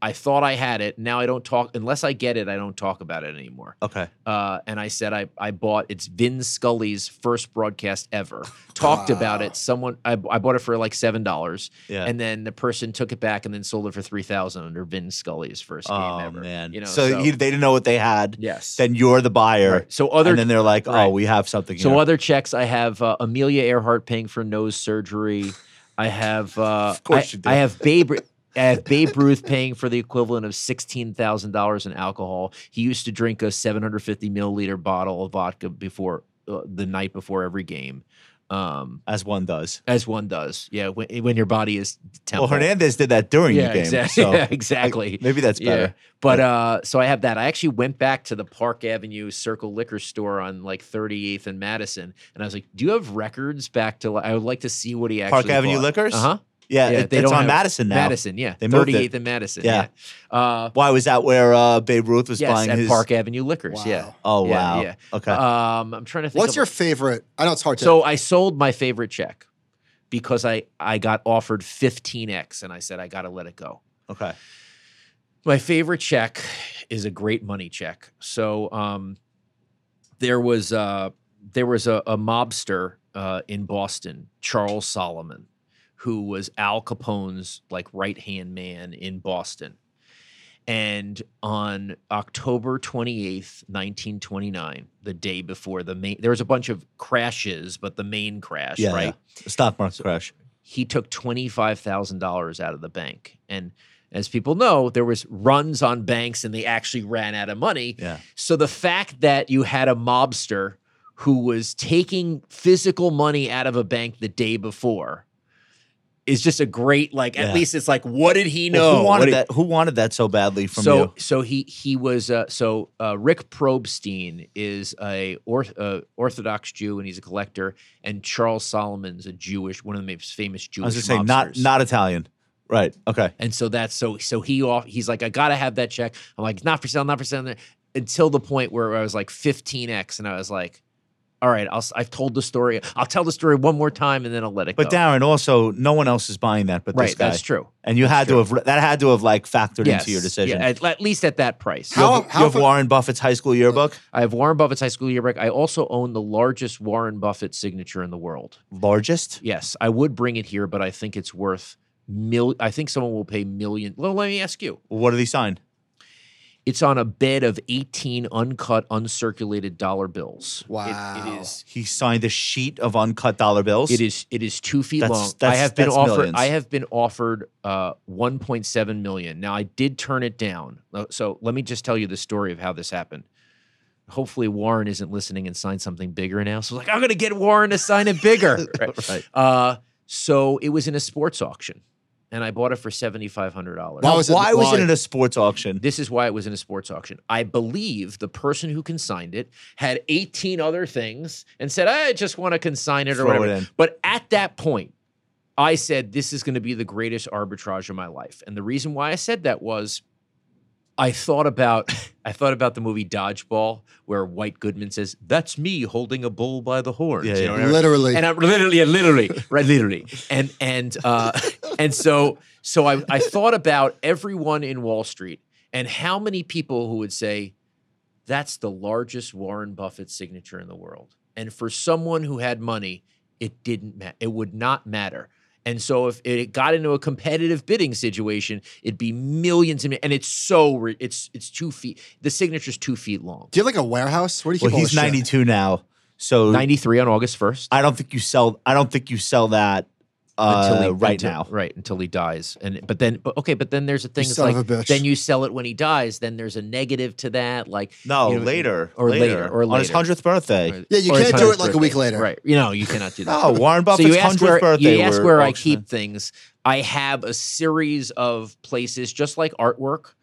i thought i had it now i don't talk unless i get it i don't talk about it anymore okay. uh, and I said I I bought it's Vin Scully's first broadcast ever. Talked about it. Someone I, I bought it for like seven dollars, Yeah. and then the person took it back and then sold it for three thousand under Vin Scully's first game oh ever. man. you know, so you, they didn't know what they had. yes. Then you're the buyer. Right. So other and then they're like, oh, right. we have something. so here. other checks I have uh, Amelia Earhart paying for nose surgery. I have uh, of course I, you do. I have Babe. Ru- I have Babe Ruth paying for the equivalent of sixteen thousand dollars in alcohol. He used to drink a seven hundred fifty milliliter bottle of vodka before uh, the night before every game, um, as one does. as one does. Yeah, when, when your body is temple. Well, Hernandez did that during yeah, the game. exactly. So yeah, exactly. maybe that's better. Yeah. But uh, so I have that. I actually went back to the Park Avenue Circle Liquor Store on like 38th and Madison, and I was like, "Do you have records back to? Like, I would like to see what he actually Park Avenue Liquors? Uh huh. Yeah, it- it's on Madison now. Madison, yeah, They moved it. 38th and Madison. Yeah. Yeah. Uh, Why was that where uh, Babe Ruth was yes, buying at his? Park Avenue Liquors. Yeah. Wow. Oh Yeah, wow. yeah. Okay. Um, I'm trying to think. What's of- your favorite? I know it's hard to. so I sold my favorite check because I I got offered 15x, and I said I got to let it go. okay. My favorite check is a great money check. So um, there was uh, there was a, a mobster uh, in Boston, Charles Solomon, who was Al Capone's like right hand man in Boston. And on October 28th, 1929, the day before the main, there was a bunch of crashes, but the main crash, Yeah, right? yeah. Stock market crash. he took $25,000 out of the bank. And as people know, there was runs on banks and they actually ran out of money. Yeah. So the fact that you had a mobster who was taking physical money out of a bank the day before is just a great like Yeah. at least it's like what did he know? Well, who What wanted did- that? Who wanted that so badly from so you? so he he was uh, so uh, Rick Probstein is a orth, uh, Orthodox Jew and he's a collector, and Charles Solomon's a Jewish one of the most famous Jewish. I was just saying, not mobsters. not Italian, right? Okay. And so that's so so he off he's like, I gotta have that check. I'm like, not for sale, not for sale. Until the point where I was like 15x and I was like, all right, I'll s- I've told the story. I'll tell the story one more time and then I'll let it But go. Darren, also, no one else is buying that, but right, this guy. that's true. And you had to have re- that had to have like factored Yes, into your yeah, decision. at, at least at that price. you How- have, you have fa- Warren Buffett's high school yearbook, I have Warren Buffett's high school yearbook. I also own the largest Warren Buffett signature in the world. largest. Yes, I would bring it here, but I think it's worth mil. I think someone will pay million. Well, let me ask you. What did he sign? It's on a bed of 18 uncut, uncirculated dollar bills. It- Wow. it is. He signed a sheet of uncut dollar bills. It is. It is two feet That's- long. I that's- have been that's offered. millions. I have been offered uh, 1.7 million. Now I did turn it down. Uh, So let me just tell you the story of how this happened. Hopefully Warren isn't listening and signs something bigger now. So like I'm gonna get Warren to sign it bigger. Right. right. Uh, so it was in a sports auction, and I bought it for seventy five hundred dollars. Why Now, was it- why was why? it at a sports auction? This is why it was in a sports auction. I believe the person who consigned it had eighteen other things and said, "I just want to consign it or Throw it whatever." in. But at that point, I said, "This is going to be the greatest arbitrage of my life," and the reason why I said that was. I thought about I thought about the movie Dodgeball, where White Goodman says, "That's me holding a bull by the horns." Yeah, you yeah. know, and everything. Literally. And I'm literally, literally, right, literally. And and uh, and so so I, I thought about everyone in Wall Street and how many people who would say, that's the largest Warren Buffett signature in the world. And for someone who had money, it didn't matter. It would not matter. And so if it got into a competitive bidding situation, it'd be millions and mi- and it's so ri- it's it's two feet. The signature's two feet long. do you have like a warehouse? Where do you Well, keep all he's this shit? 92 now, so Ninety three on August first. I don't think you sell. I don't think you sell that uh, right until- now. right until he dies and but then but okay but then there's a thing it's son of like a bitch. then you sell it when he dies then there's a negative to that like No, you know, later or later, or on his later. hundredth birthday. or- Yeah, you or his can't do hundredth it like a week birthday. later. right you know you cannot do that No, Warren so Buffett's you ask hundredth where birthday. you ask we're where I auctioning. keep things I have a series of places just like artwork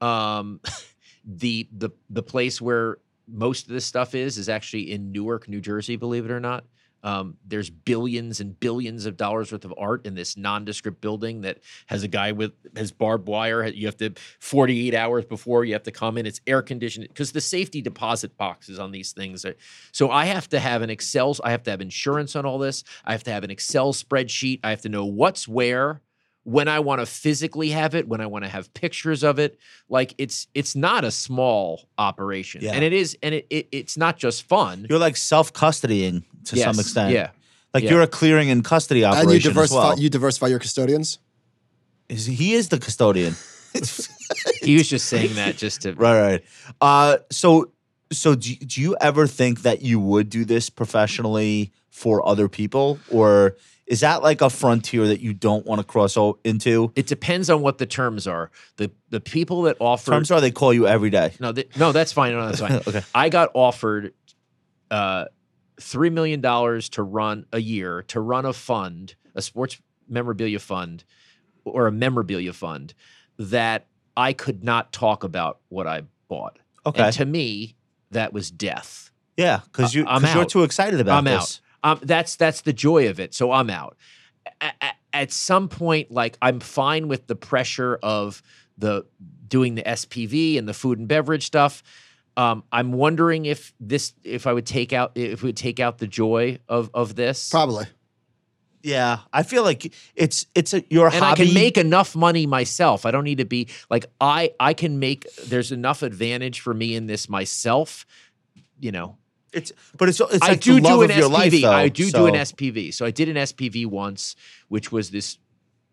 um the the the place where most of this stuff is is actually in Newark New Jersey believe it or not um, there's billions and billions of dollars worth of art in this nondescript building that has a guy with has barbed wire. You have to 48 hours before you have to come in. It's air conditioned because the safety deposit boxes on these things. Are, so I have to have an Excel. I have to have insurance on all this. I have to have an Excel spreadsheet. I have to know what's where, when I want to physically have it, when I want to have pictures of it. Like it's it's not a small operation, Yeah. and it is, and it, it it's not just fun. You're like self custodying to some Yes, extent. yeah. Like yeah. you're a clearing and custody operation And you as diversify, well. you diversify your custodians? Is- he is the custodian. He was just saying that just to Right, right. Uh, so, so do, you- do you ever think that you would do this professionally for other people, or is that like a frontier that you don't want to cross o- into? It depends on what the terms are. The the people that offer Terms are they call you every day. no, th- no, that's fine. No, that's fine. Okay. I got offered uh, three million dollars to run a year to run a fund, a sports memorabilia fund, or a memorabilia fund that I could not talk about what I bought. Okay. And to me, that was death. Yeah, because you I'm because you're out. too excited about I'm this. out. Um, that's that's the joy of it. So I'm out. A- a- at some point, like I'm fine with the pressure of the doing the SPV and the food and beverage stuff. Um, I'm wondering if this if I would take out if we would take out the joy of of this. Probably. yeah, I feel like it's it's a, your and hobby. I can make enough money myself. I don't need to be like I I can make there's enough advantage for me in this myself, you know. it's, but it's it's I like do the love do an of your SPV. life. Though, I do so. do an SPV. So I did an SPV once, which was this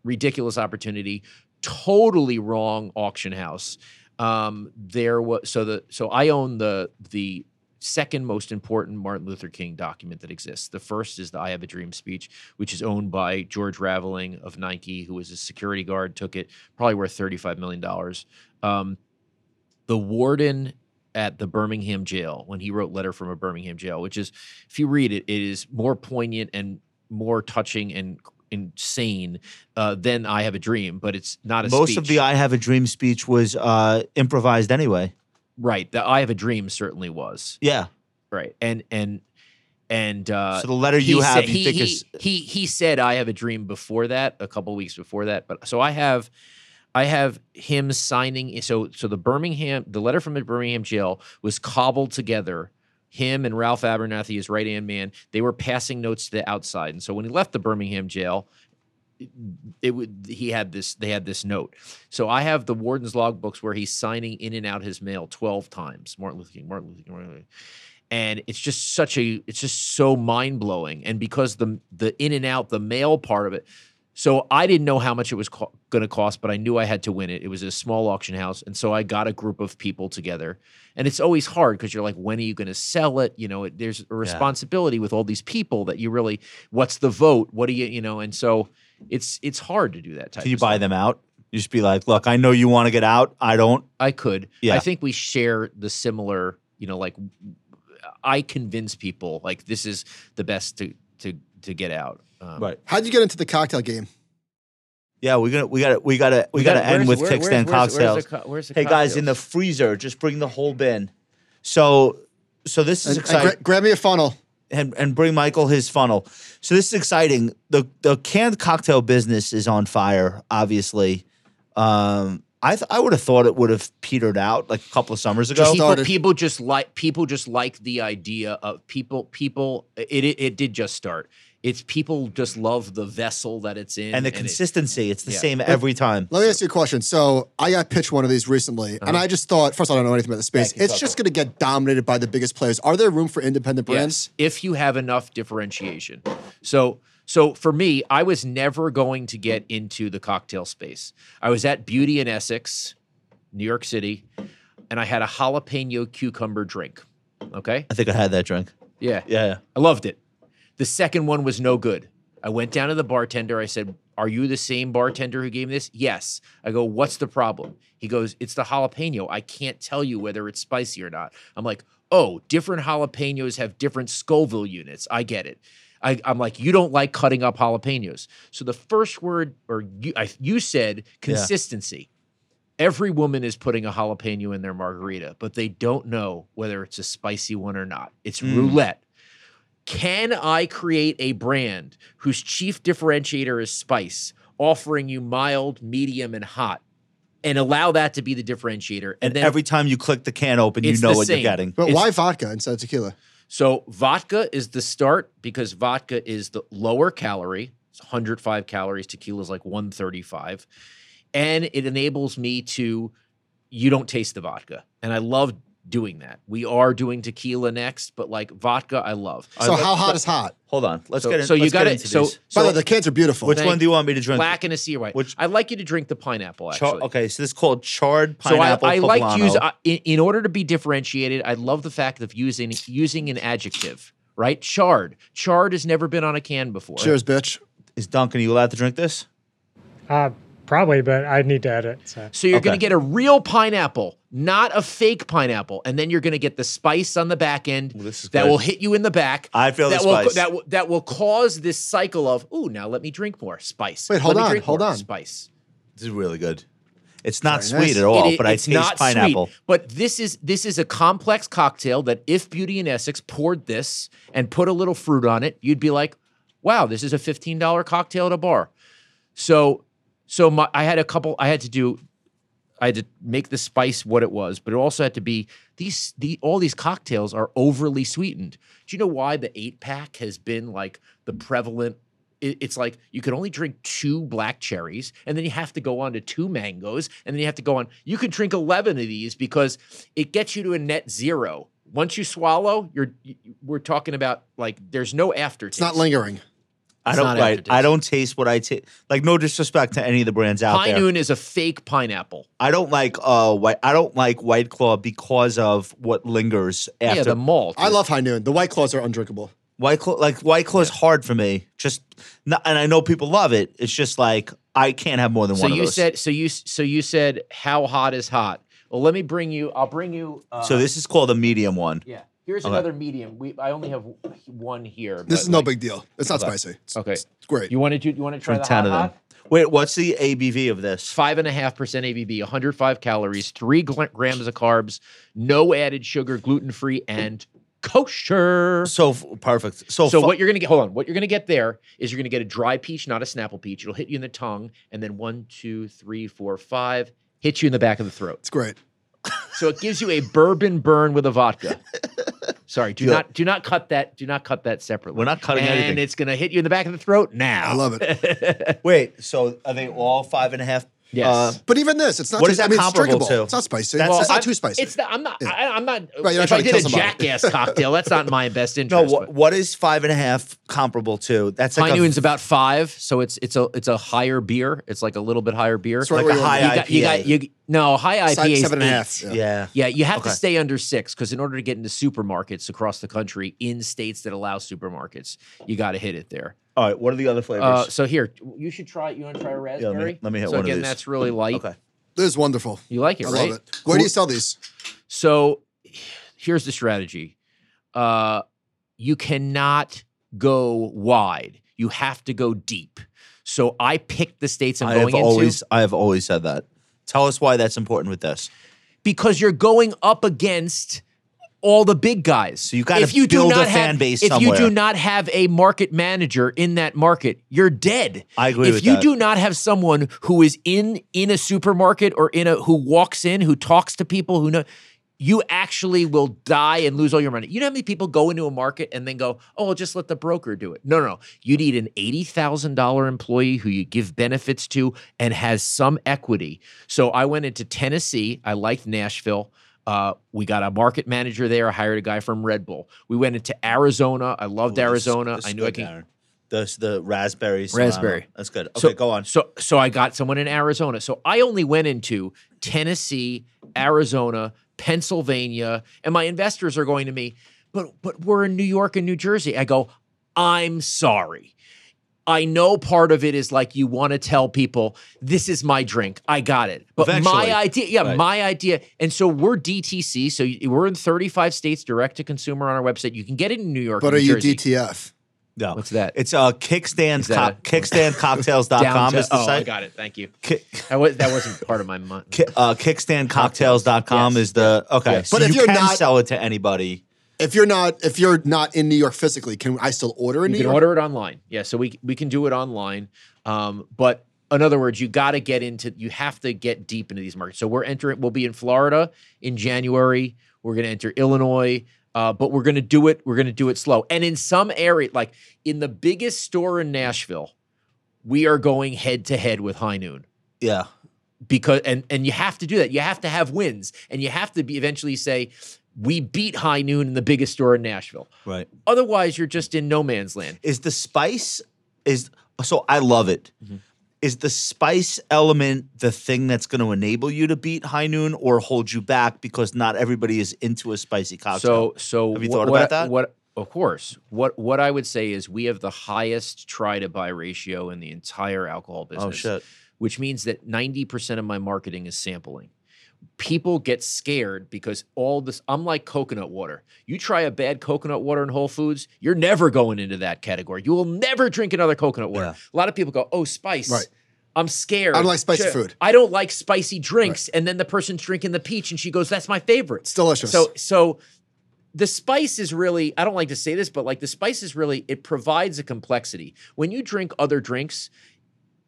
ridiculous opportunity, totally wrong auction house. Um, there was so the so I own the the second most important Martin Luther King document that exists. The first is the I Have a Dream speech, which is owned by George Raveling of Nike, who was a security guard, took it, probably worth $35 million. Um, the warden at the Birmingham jail, when he wrote Letter from a Birmingham Jail, which is, if you read it, it is more poignant and more touching and insane uh, than I Have a Dream, but it's not a Most of speech. the "I Have a Dream" speech was uh, improvised anyway. right. The I Have a Dream certainly was. Yeah. Right. And, and, and uh, so the letter you he have, said- you he, think he, is he he said I have a dream before that, a couple weeks before that. But so I have I have him signing so so the Birmingham the letter from the Birmingham jail was cobbled together. Him and Ralph Abernathy, his right hand man, they were passing notes to the outside. And so when he left the Birmingham jail, it would he had this they had this note. So I have the warden's logbooks where he's signing in and out his mail 12 times. Martin Luther King, Martin Luther King, Martin Luther King. And it's just such a it's just so mind blowing. And because the the in and out, the mail part of it. So I didn't know how much it was co- going to cost, but I knew I had to win it. It was a small auction house, and so I got a group of people together. And it's always hard because you're like, when are you going to sell it? You know, it, there's a responsibility with all these people that you really. What's the vote? What do you you know? And so it's it's hard to do that type. Can you of stuff. buy them out? You just be like, look, I know you want to get out. I don't. I could. Yeah. I think we share the similar, you know, like I convince people like this is the best to to to get out. Um, How'd you get into the cocktail game? Yeah, we're gonna we gotta we gotta we, gotta end with kickstand cocktails. hey guys, in the freezer, just bring the whole bin. So so this is And, and exciting. gra- grab me a funnel. and, and bring Michael his funnel. So this is exciting. The the canned cocktail business is on fire, obviously. Um, I th- I would have thought it would have petered out like a couple of summers ago. Just- people, started. people just like people just like the idea of people people it it, it did just start. It's people just love the vessel that it's in and the it- consistency, it's the yeah. same every time. Let me ask you a question. So I got pitched one of these recently, and I just thought, first of all, I don't know anything about the space. it's just going to get dominated by the biggest players. Are there room for independent brands? if you have enough differentiation. So so for me, I was never going to get into the cocktail space. I was at Beauty in Essex, New York City, and I had a jalapeno cucumber drink. Okay? I think I had that drink. Yeah. Yeah. I loved it. The second one was no good. I went down to the bartender. I said, Are you the same bartender who gave me this? Yes. I go, What's the problem? He goes, It's the jalapeno. I can't tell you whether it's spicy or not. I'm like, Oh, different jalapenos have different Scoville units. I get it. I, I'm like, You don't like cutting up jalapenos. So the first word, or you, I, you said consistency every woman is putting a jalapeno in their margarita, but they don't know whether it's a spicy one or not. It's roulette. Can I create a brand whose chief differentiator is spice, offering you mild, medium, and hot, and allow that to be the differentiator? And, every time you click the can open, you It's know the what same. you're getting. But It's- why vodka instead of tequila? So vodka is the start because vodka is the lower calorie. It's 105 calories. Tequila is like 135. And it enables me to, you don't taste the vodka. And I love doing that. We are doing tequila next, but like vodka, I love. So let- how hot let- is hot? Hold on. Let's so get in, so you let's get got it. into So, these. By the so way, the cans are beautiful. Which thank- one do you want me to drink? black and a sea white. Which- I'd like you to drink the pineapple, Char- actually. okay, so this is called charred pineapple. So I, I like to use uh, poblano. I- in, in order to be differentiated. I love the fact of using using an adjective, right? Charred. Charred has never been on a can before. Cheers, bitch. Is Duncan, are you allowed to drink this? Uh, probably, but I need to edit. So. So you're going Okay. to get a real pineapple, not a fake pineapple, and then you're going to get the spice on the back end this is that good. will hit you in the back. I feel that the will, spice. That will, that will cause this cycle of ooh, now let me drink more spice. Wait, hold Let me on, drink hold more on. Spice. This is really good. It's not Very nice. sweet at all, It- but I it's taste not sweet, pineapple. but this is this is a complex cocktail that if Beauty and Essex poured this and put a little fruit on it, you'd be like, "Wow, this is a fifteen dollar cocktail at a bar." So, so my, I had a couple. I had to do. I had to make the spice what it was, but it also had to be these. The all these cocktails are overly sweetened. Do you know why the eight pack has been like the prevalent? it- it's like you could only drink two black cherries, and then you have to go on to two mangoes, and then you have to go on. You could drink eleven of these because it gets you to a net zero. Once you swallow, you're you- we're talking about like there's no aftertaste. It's not lingering. I It's don't not right. aftertaste. I don't taste what I taste. Like no disrespect to any of the brands out High there. Noon is a fake pineapple. I don't like uh white. I don't like White Claw because of what lingers after yeah, the malt. I love High Noon. The White Claws are undrinkable. White Claw. Like White Claw is hard for me. Just not, and I know people love it. It's just like I can't have more than So one. of you those. said so you so you said how hot is hot. Well, let me bring you. I'll bring you. Uh, so this is called a medium one. Yeah. Here's Okay. another medium. We I only have w- one here. This but, is no like- big deal. It's not Okay. spicy. It's, Okay. it's great. You want to do? You want to try Drink the ten hot, of them. hot? Wait, what's the ABV of this? Five and a half percent ABV, 105 calories, three gl- grams of carbs, no added sugar, gluten free, and kosher. So f- perfect. So, so fu- what you're gonna get? Hold on. What you're gonna get there is you're gonna get a dry peach, not a Snapple peach. It'll hit you in the tongue, and then one, two, three, four, five, hit you in the back of the throat. It's great. So it gives you a bourbon burn with a vodka. Sorry, do Yeah. not do not cut that. Do not cut that separately. We're not cutting and anything. it's gonna hit you in the back of the throat now. I love it. Wait, so are they all five and a half? Yes. Uh, But even this, it's not. What too, is that I mean, it's comparable drinkable. to? It's not spicy. That's- it's not I'm- too spicy. It's not, I'm not. Yeah. I, I'm not. Right, you're not if trying I to did kill a somebody. jackass cocktail, that's not in my best no. interest. What, what is five and a half comparable to? That's but like High a, Noon's about five, so it's it's a it's a higher beer. It's like a little bit higher beer. It's right like where a you want it. high you got, you IPA. got you no high Si- IPA. seven and a half. yeah. Yeah, you have Okay. to stay under six because in order to get into supermarkets across the country in states that allow supermarkets, you got to hit it there. All right. What are the other flavors? Uh, so here, you should try. You want to try a raspberry? let me hit so one of again, these. that's really light. okay. This is wonderful. You like it, I right? love it. Where do you sell these? So here's the strategy. Uh, you cannot go wide. You have to go deep. So I picked the states I'm I going have into always I have always said that. Tell us why that's important with this. because you're going up against all the big guys. So you gotta build a fan base If you do somewhere. not have a market manager in that market, you're dead. I agree If with you that. do not have someone who is in in a supermarket or in a who walks in, who talks to people, who know. You actually will die and lose all your money. You know how many people go into a market and then go, "Oh, I'll just let the broker do it." No, no, no. You need an eighty thousand dollar employee who you give benefits to and has some equity. So I went into Tennessee. I liked Nashville. Uh, we got a market manager there. I hired a guy from Red Bull. We went into Arizona. I loved Arizona. I knew I can. The the raspberry. Serrano. Raspberry. That's good. Okay, So- go on. So so I got someone in Arizona. So I only went into Tennessee, Arizona, Pennsylvania, and my investors are going to me, but but we're in New York and New Jersey. I go, I'm sorry. I know part of it is like you want to tell people this is my drink. I got it. But Eventually. my idea, yeah, Right. my idea. And so we're DTC, so y- we're in 35 states direct to consumer on our website. You can get it in New York But and are New you Jersey. DTF? No. What's that? It's uh kickstand Is that co- kickstandcocktails.com Down is to- the oh, I site. got it. Thank you. Ki- That, was, that wasn't part of my month. ki- uh, kickstandcocktails.com Yes. is the okay. Yes. So But if you you're can not- sell it to anybody. If you're not, if you're not in New York physically, can I still order in you can New York? order it online yeah so we we can do it online um but in other words you got to get into you have to get deep into these markets so we're entering we'll be in florida in january we're going to enter illinois uh, but we're going to do it we're going to do it slow and in some area like in the biggest store in nashville we are going head to head with high noon Yeah. because and and you have to do that. You have to have wins, and you have to be eventually say, "We beat High Noon in the biggest store in Nashville." Right. Otherwise, you're just in no man's land. Is the spice is so I love it. Is Mm-hmm. the spice element the thing that's going to enable you to beat High Noon or hold you back because not everybody is into a spicy cocktail? So, so Have you wh- thought what, about that? What, of course. What what I would say is we have the highest try to buy ratio in the entire alcohol business. oh shit. Which means that ninety percent of my marketing is sampling. People get scared because all this. I'm like coconut water. You try a bad coconut water in Whole Foods, you're never going into that category. You will never drink another coconut water. Yeah. A lot of people go, "Oh, spice." Right. I'm scared. I don't like spicy Sure. food. I don't like spicy drinks. And then the person's drinking the peach, and she goes, "That's my favorite." It's delicious. So so the spice is really I don't like to say this, but like the spice is really it provides a complexity. When you drink other drinks,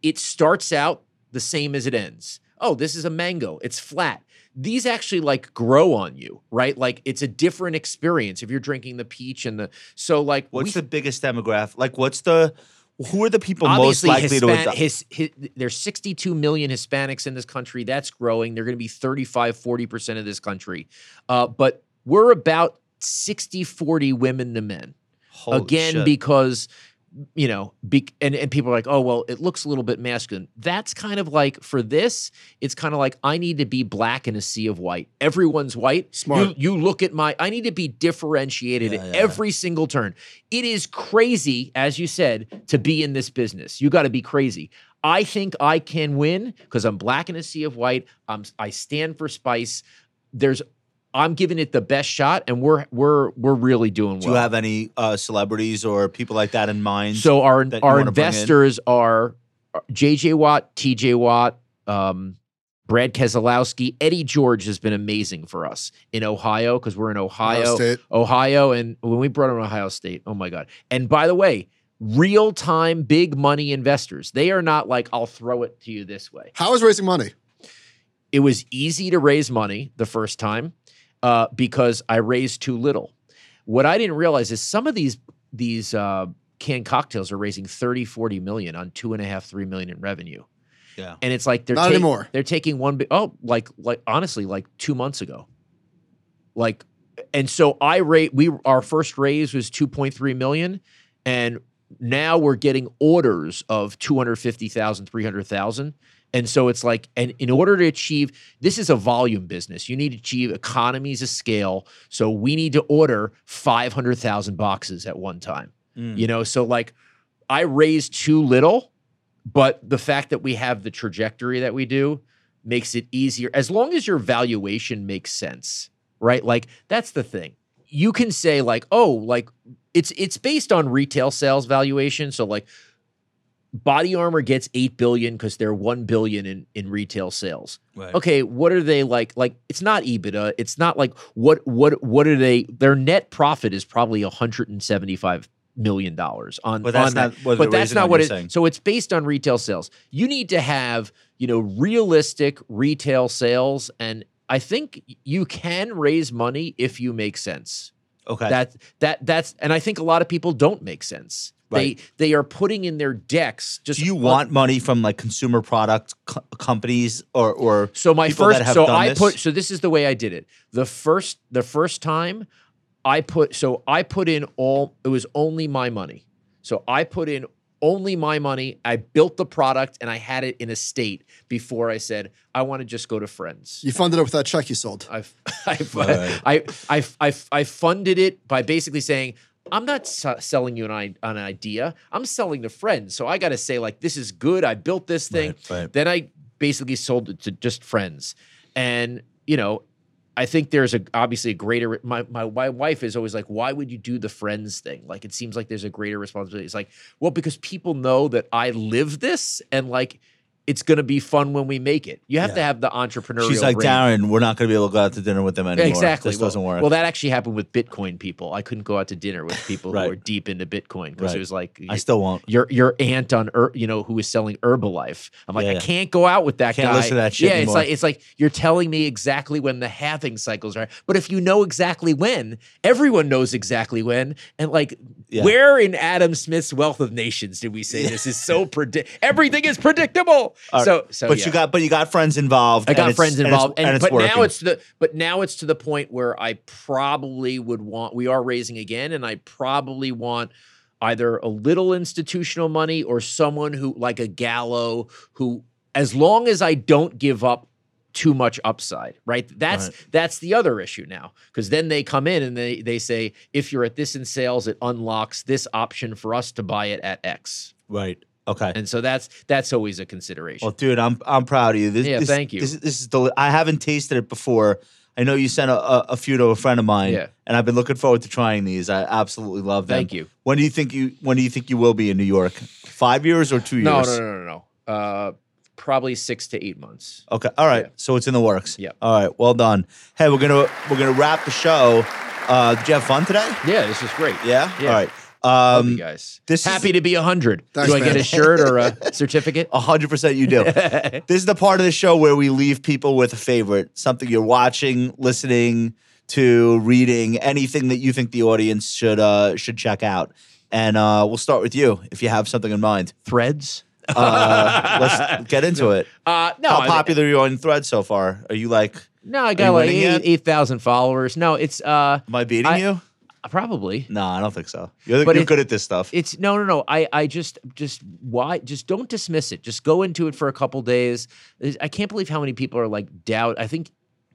it starts out the same as it ends. Oh, this is a mango. It's flat. These actually like grow on you, right? Like it's a different experience if you're drinking the peach and the so like What's we- the biggest demographic? Like what's the who are the people Obviously, most likely to Hispan- adopt? his, his, there's 62 million Hispanics in this country. That's growing. They're going to be 35, 40% of this country. Uh, but we're about 60, 40 women to men. Holy Again, shit. because, you know, be, and, and people are like, oh, well, it looks a little bit masculine. That's kind of like, for this, it's kind of like, I need to be black in a sea of white. Everyone's white. Smart. You, you look at my, I need to be differentiated Yeah, at yeah. every single turn. It is crazy, as you said, to be in this business. You got to be crazy. I think I can win because I'm black in a sea of white. I'm, I stand for spice. There's, I'm giving it the best shot, and we're we're we're really doing well. Do you have any uh, celebrities or people like that in mind? so our that you our wanna bring in? investors are are JJ Watt, TJ Watt, um, Brad Keselowski, Eddie George has been amazing for us in Ohio because we're in Ohio Ohio. State. Ohio and when we brought on Ohio State, oh my God. And by the way, real time big money investors. They are not like, I'll throw it to you this way. How is raising money? It was easy to raise money the first time uh, because I raised too little. What I didn't realize is some of these these uh, canned cocktails are raising 30, 40 million on two and a half, three million in revenue. Yeah. And it's like they're Not ta- anymore. They're taking one big oh, like like honestly, like two months ago. Like and so I rate we our first raise was 2.3 million and now we're getting orders of 250,000, 300,000. And so it's like and in order to achieve this is a volume business. You need to achieve economies of scale. So we need to order 500,000 boxes at one time. Mm. You know, so like I raised too little, but the fact that we have the trajectory that we do makes it easier as long as your valuation makes sense, right? Like that's the thing. You can say like, "Oh, like it's it's based on retail sales valuation." So like Body Armor gets 8 billion cuz they're 1 billion in in retail sales Right. okay what are they like like it's not ebitda it's not like what what what are they their net profit is probably 175 million dollars on But that's on not that. what but the that's reason not on what you're it saying. so it's based on retail sales you need to have you know realistic retail sales and i think you can raise money if you make sense Okay. that that that's and i think a lot of people don't make sense Right. they they are putting in their decks just Do you un- want money from like consumer product co- companies or or So my people first, that have so done I this? put, so this is the way I did it. The first, the first time, I put, so I put in all. It was only my money. So I put in only my money. I built the product and I had it in a state before I said I want to just go to friends. You funded it with that check you sold. I've, I've, Right. I, I, I, I funded it by basically saying, I'm not s- selling you an, i- an idea. I'm selling to friends. So I got to say, like, this is good. I built this thing. Right, right. Then I basically sold it to just friends. And, you know, I think there's a obviously a greater my, my my wife is always like why would you do the friends thing like it seems like there's a greater responsibility it's like well because people know that I live this and like it's gonna be fun when we make it you have to have the entrepreneurial She's like brain. Darren, we're not going to be able to go out to dinner with them anymore. Exactly. This well, doesn't work. Well, that actually happened with Bitcoin people. I couldn't go out to dinner with people Right. who were deep into Bitcoin because Right. it was like I still won't. your your aunt on Ur, you know who was selling Herbalife. I'm like, Yeah, yeah. I can't go out with that Can't guy. listen to that shit yeah, anymore. it's like it's like you're telling me exactly when the halving cycles are. But if you know exactly when, everyone knows exactly when, and like. Yeah. Where in Adam Smith's Wealth of Nations did we say this is so predict? Everything is predictable. All right. So, so but yeah. you got but you got friends involved. I and got it's- friends and it's- involved, and, and it's but now working. it's the but now it's to the point where I probably would want. We are raising again, and I probably want either a little institutional money or someone who like a Gallo who, as long as I don't give up too much upside, right? That's that's the other issue now because then they come in and they they say if you're at this in sales, it unlocks this option for us to buy it at X, right. Okay. and so that's that's always a consideration. Well, dude, I'm I'm proud of you. This, Yeah, this- thank you. This, this is deli- I haven't tasted it before. I know you sent a, a, a few to a friend of mine, Yeah. and I've been looking forward to trying these. I absolutely love them. Thank you. When do you think you When do you think you will be in New York? Five years or two years? No, no, no, no, no. Uh, probably six to eight months. Okay. All right. Yeah. So it's in the works. Yeah. All right. Well done. Hey, we're gonna we're gonna wrap the show. Uh, did you have fun today? Yeah, this is great. Yeah. Yeah. All right. Love you Um, guys. this is- Happy to be a hundred. Do Thanks, I get man. a shirt or a certificate? hundred percent, you do. this is the part of the show where we leave people with a favorite, something you're watching, listening to, reading, anything that you think the audience should uh, should check out. And uh, we'll start with you if you have something in mind. Threads. Uh, let's get into it. Uh, no, How I- popular are you on Threads so far? Are you like, No, I Are got you like winning yet? eight eight thousand followers. No, it's uh am I beating I- you? probably. No, I don't think so. You're, But you're it- good at this stuff. It's no, no, no. I, I just, just why, just don't dismiss it. Just go into it for a couple days. There's- I can't believe how many people are like doubt. I think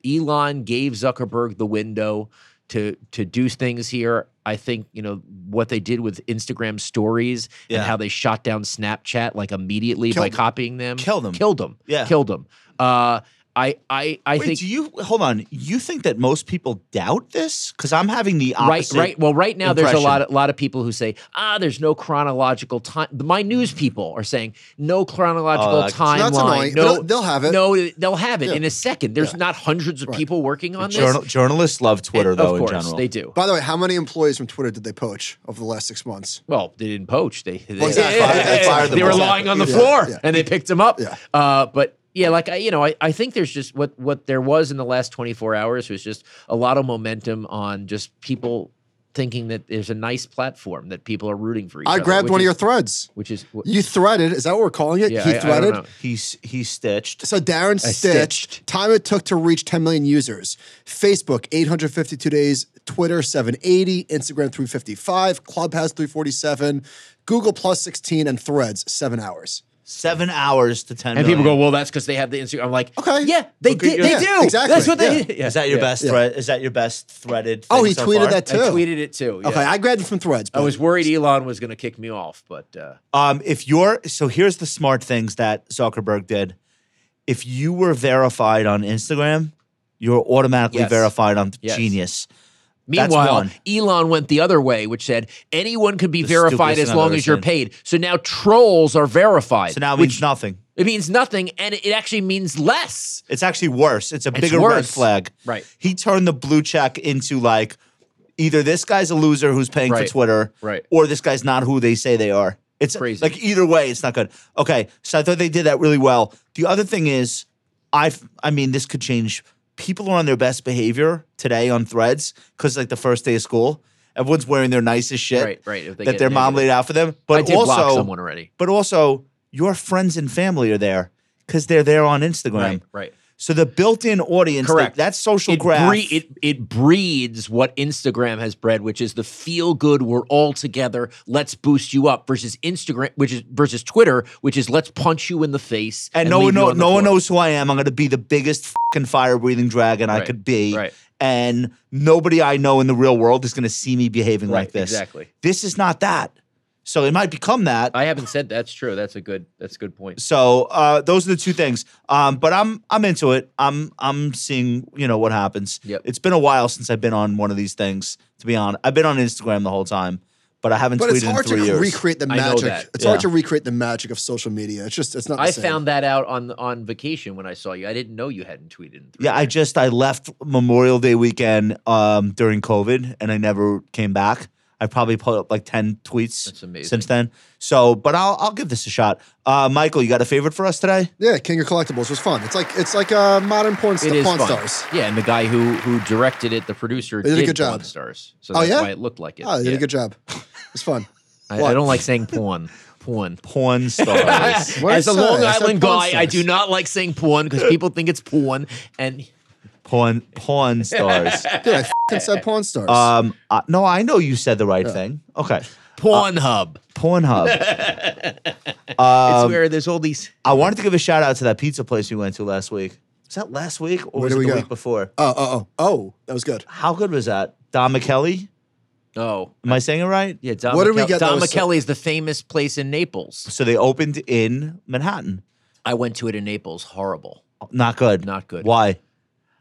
Elon gave Zuckerberg the window to to do things here. I think you know what they did with Instagram stories Yeah. and how they shot down Snapchat like immediately by Killed- copying them. killed them. Killed them. Yeah. Killed them. Uh, I, I, I Wait, think. do you hold on? You think that most people doubt this? Because I'm having the opposite. Right, right. Well, right now there's a impression. lot, a lot of people who say, ah, there's no chronological time. My news people are saying no chronological I can see- timeline. That's annoying, No, but they'll have it. No, they'll have it Yeah. in a second. There's Yeah. not hundreds of Right. people working on Journal- this. journalists love Twitter And though. of course, in general, they do. By the way, how many employees from Twitter did they poach over the last six months? Well, they didn't poach. They they, Well, exactly. They fired them they were all. lying on the Yeah, floor yeah. and they picked them up. Yeah. Uh, but yeah, like I, you know, I, I think there's just what what there was in the last 24 hours was just a lot of momentum on just people thinking that there's a nice platform that people are rooting for each I other. grabbed which one of is- your threads. which is wh- You threaded. Is that what we're calling it? yeah, he I- I don't threaded. know. He's he stitched. So Darren I stitched, stitched. time it took to reach 10 million users. Facebook 852 days, Twitter 780, Instagram 355, Clubhouse 347, Google Plus 16, and Threads 7 hours. Seven hours to ten. And people go, million. well, that's because they have the Instagram. I'm like, Okay. yeah, they Look at did. your- They Yeah, do. exactly, That's what they. yeah. yeah, "Is that your yeah. best yeah. thread? Is that your best threaded?" Oh, thing he so tweeted far? that I too. tweeted it too. yeah. Okay, I grabbed it from Threads. I but- was worried Elon was going to kick me off, but uh, Um, if you're so, here's the smart things that Zuckerberg did. If you were verified on Instagram, you're automatically Yes. verified on Yes. Genius. meanwhile, one. Elon went the other way, which said anyone can be The verified stupidest as thing I've long ever as you're seen. paid. So now trolls are verified. So now it which means nothing. it means nothing, and it actually means less. It's actually worse. It's a bigger red worse. flag. Right. He turned the blue check into like either this guy's a loser who's paying Right. for Twitter, Right. or this guy's not who they say they are. It's Crazy. Like either way, it's not good. Okay, so I thought they did that really well. The other thing is, I I mean, this could change. People are on their best behavior today on Threads because like the first day of school, everyone's wearing their nicest shit Right, right, if they that get their mom negative. laid out for them. I But did also, block someone already. but also your friends and family are there because they're there on Instagram. Right, right. So the built-in audience, Correct. That, that social it graph, bre- it it breeds what Instagram has bred, which is the feel good. We're all together. Let's boost you up. Versus Instagram, which is versus Twitter, which is let's punch you in the face. and, no one leave you know, on the no one floor. knows who I am. I'm going to be the biggest fucking fire-breathing dragon I Right, could be, right. and nobody I know in the real world is going to see me behaving Right, like this. exactly. This is not that. So it might become that. I haven't said that's true. That's a good. That's a good point. so uh, those are the two things. Um, but I'm I'm into it. I'm I'm seeing you know what happens. Yep. It's been a while since I've been on one of these things. To be honest, I've been on Instagram the whole time, but I haven't but tweeted it's hard in three to years. recreate the I know magic. that, It's hard yeah. to recreate the magic of social media. It's just, it's not the I same. found that out on on vacation when I saw you. I didn't know you hadn't tweeted. In three Yeah, I just I left Memorial Day weekend um, during COVID, and I never came back. I probably put up like ten tweets That's amazing. since then. So, but I'll I'll give this a shot. Uh, Michael, you got a favorite for us today? Yeah, King of Collectibles was fun. It's like, it's like uh, modern porn, st- It is porn fun. stars. Yeah, and the guy who who directed it, the producer, They did a good job. Pawn Stars. So Oh, that's yeah? why it looked like it. Oh, they did Yeah. a good job. It's fun. I, I don't like saying porn. Porn. Porn stars. What As I a said, Long I uh, said Island porn guy, I stars. do not like saying porn because people think it's porn. And porn porn stars. Dude, I f***ing said porn stars. Um, uh, no, I know you said the right thing. Okay, Uh, Pornhub. Pornhub. Um, um, it's where there's all these. I wanted to give a shout out to that pizza place we went to last week. Was that last week or Where was did it we the go? week before? oh, oh, oh, oh, that was good. How good was that? Don McKelly? Oh, Am I saying it right? yeah. Don What what did we we get that Don was so- McKelly is the famous place in Naples. So they opened in Manhattan. I went to it in Naples. Horrible. Not good. Not good. Why?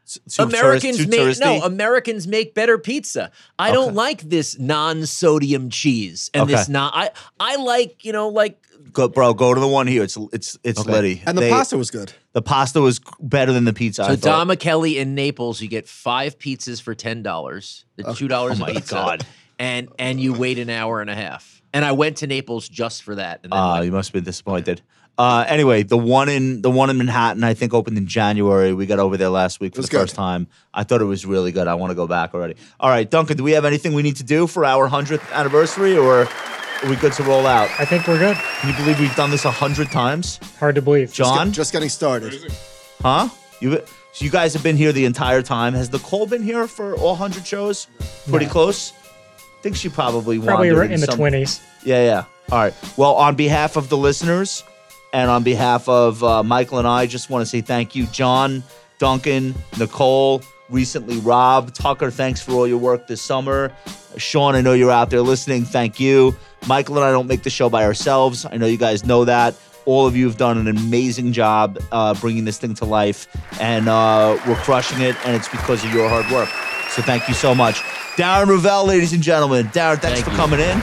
S- Too Americans tourist- too make no. um, touristy? Americans make better pizza. I don't like this non-sodium cheese and this Okay. not. I I like you know like go, bro, go to the one here. It's it's it's Liddy. And the They- pasta was good. The pasta was better than the pizza. I So thought. Don McKelly in Naples, you get five pizzas for ten dollars. The two dollars oh my a pizza, God. and and you wait an hour and a half. And I went to Naples just for that. And then Ah, went- you must be disappointed. Uh, anyway, the one in the one in Manhattan, I think, opened in January. We got over there last week for was the first good. time. I thought it was really good. I want to go back already. All right, Duncan, do we have anything we need to do for our hundredth anniversary, or Are we good to roll out? I think we're good. Can you believe we've done this a hundred times, Hard to believe. John? Just getting started. huh? You so you guys have been here the entire time. Has Nicole been here for all hundred shows? Pretty close. I think she probably Probably wandered in the some- 20s. Yeah, yeah. All right. Well, on behalf of the listeners and on behalf of uh, Michael and I, just want to say thank you, John, Duncan, Nicole, recently Rob, Tucker. Thanks for all your work this summer. Sean, I know you're out there listening. Thank you. Michael and I don't make the show by ourselves. I know you guys know that. All of you have done an amazing job uh, bringing this thing to life, and uh, we're crushing it, and it's because of your hard work. So thank you so much. Darren Ravel, ladies and gentlemen. Darren, thanks Thank for you. coming in.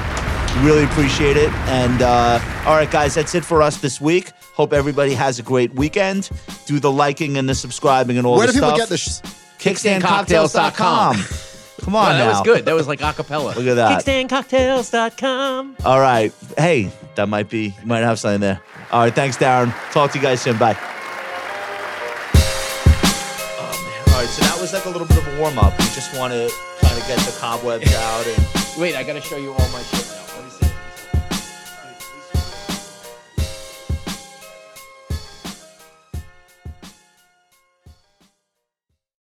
Really appreciate it. And uh, all right, guys, that's it for us this week. Hope everybody has a great weekend. Do the liking and the subscribing and all Where the do people stuff. get this? Kickstandcocktails.com. Come on Wow, that now. was good. That was like acapella. Look at that. Kickstandcocktails.com. All right. Hey, that might be, you might have something there. All right. Thanks, Darren. Talk to you guys soon. Bye. Oh, man. All right. So that was like a little bit of a warm up. We just want to kind of get the cobwebs out and. Wait, I got to show you all my shit now.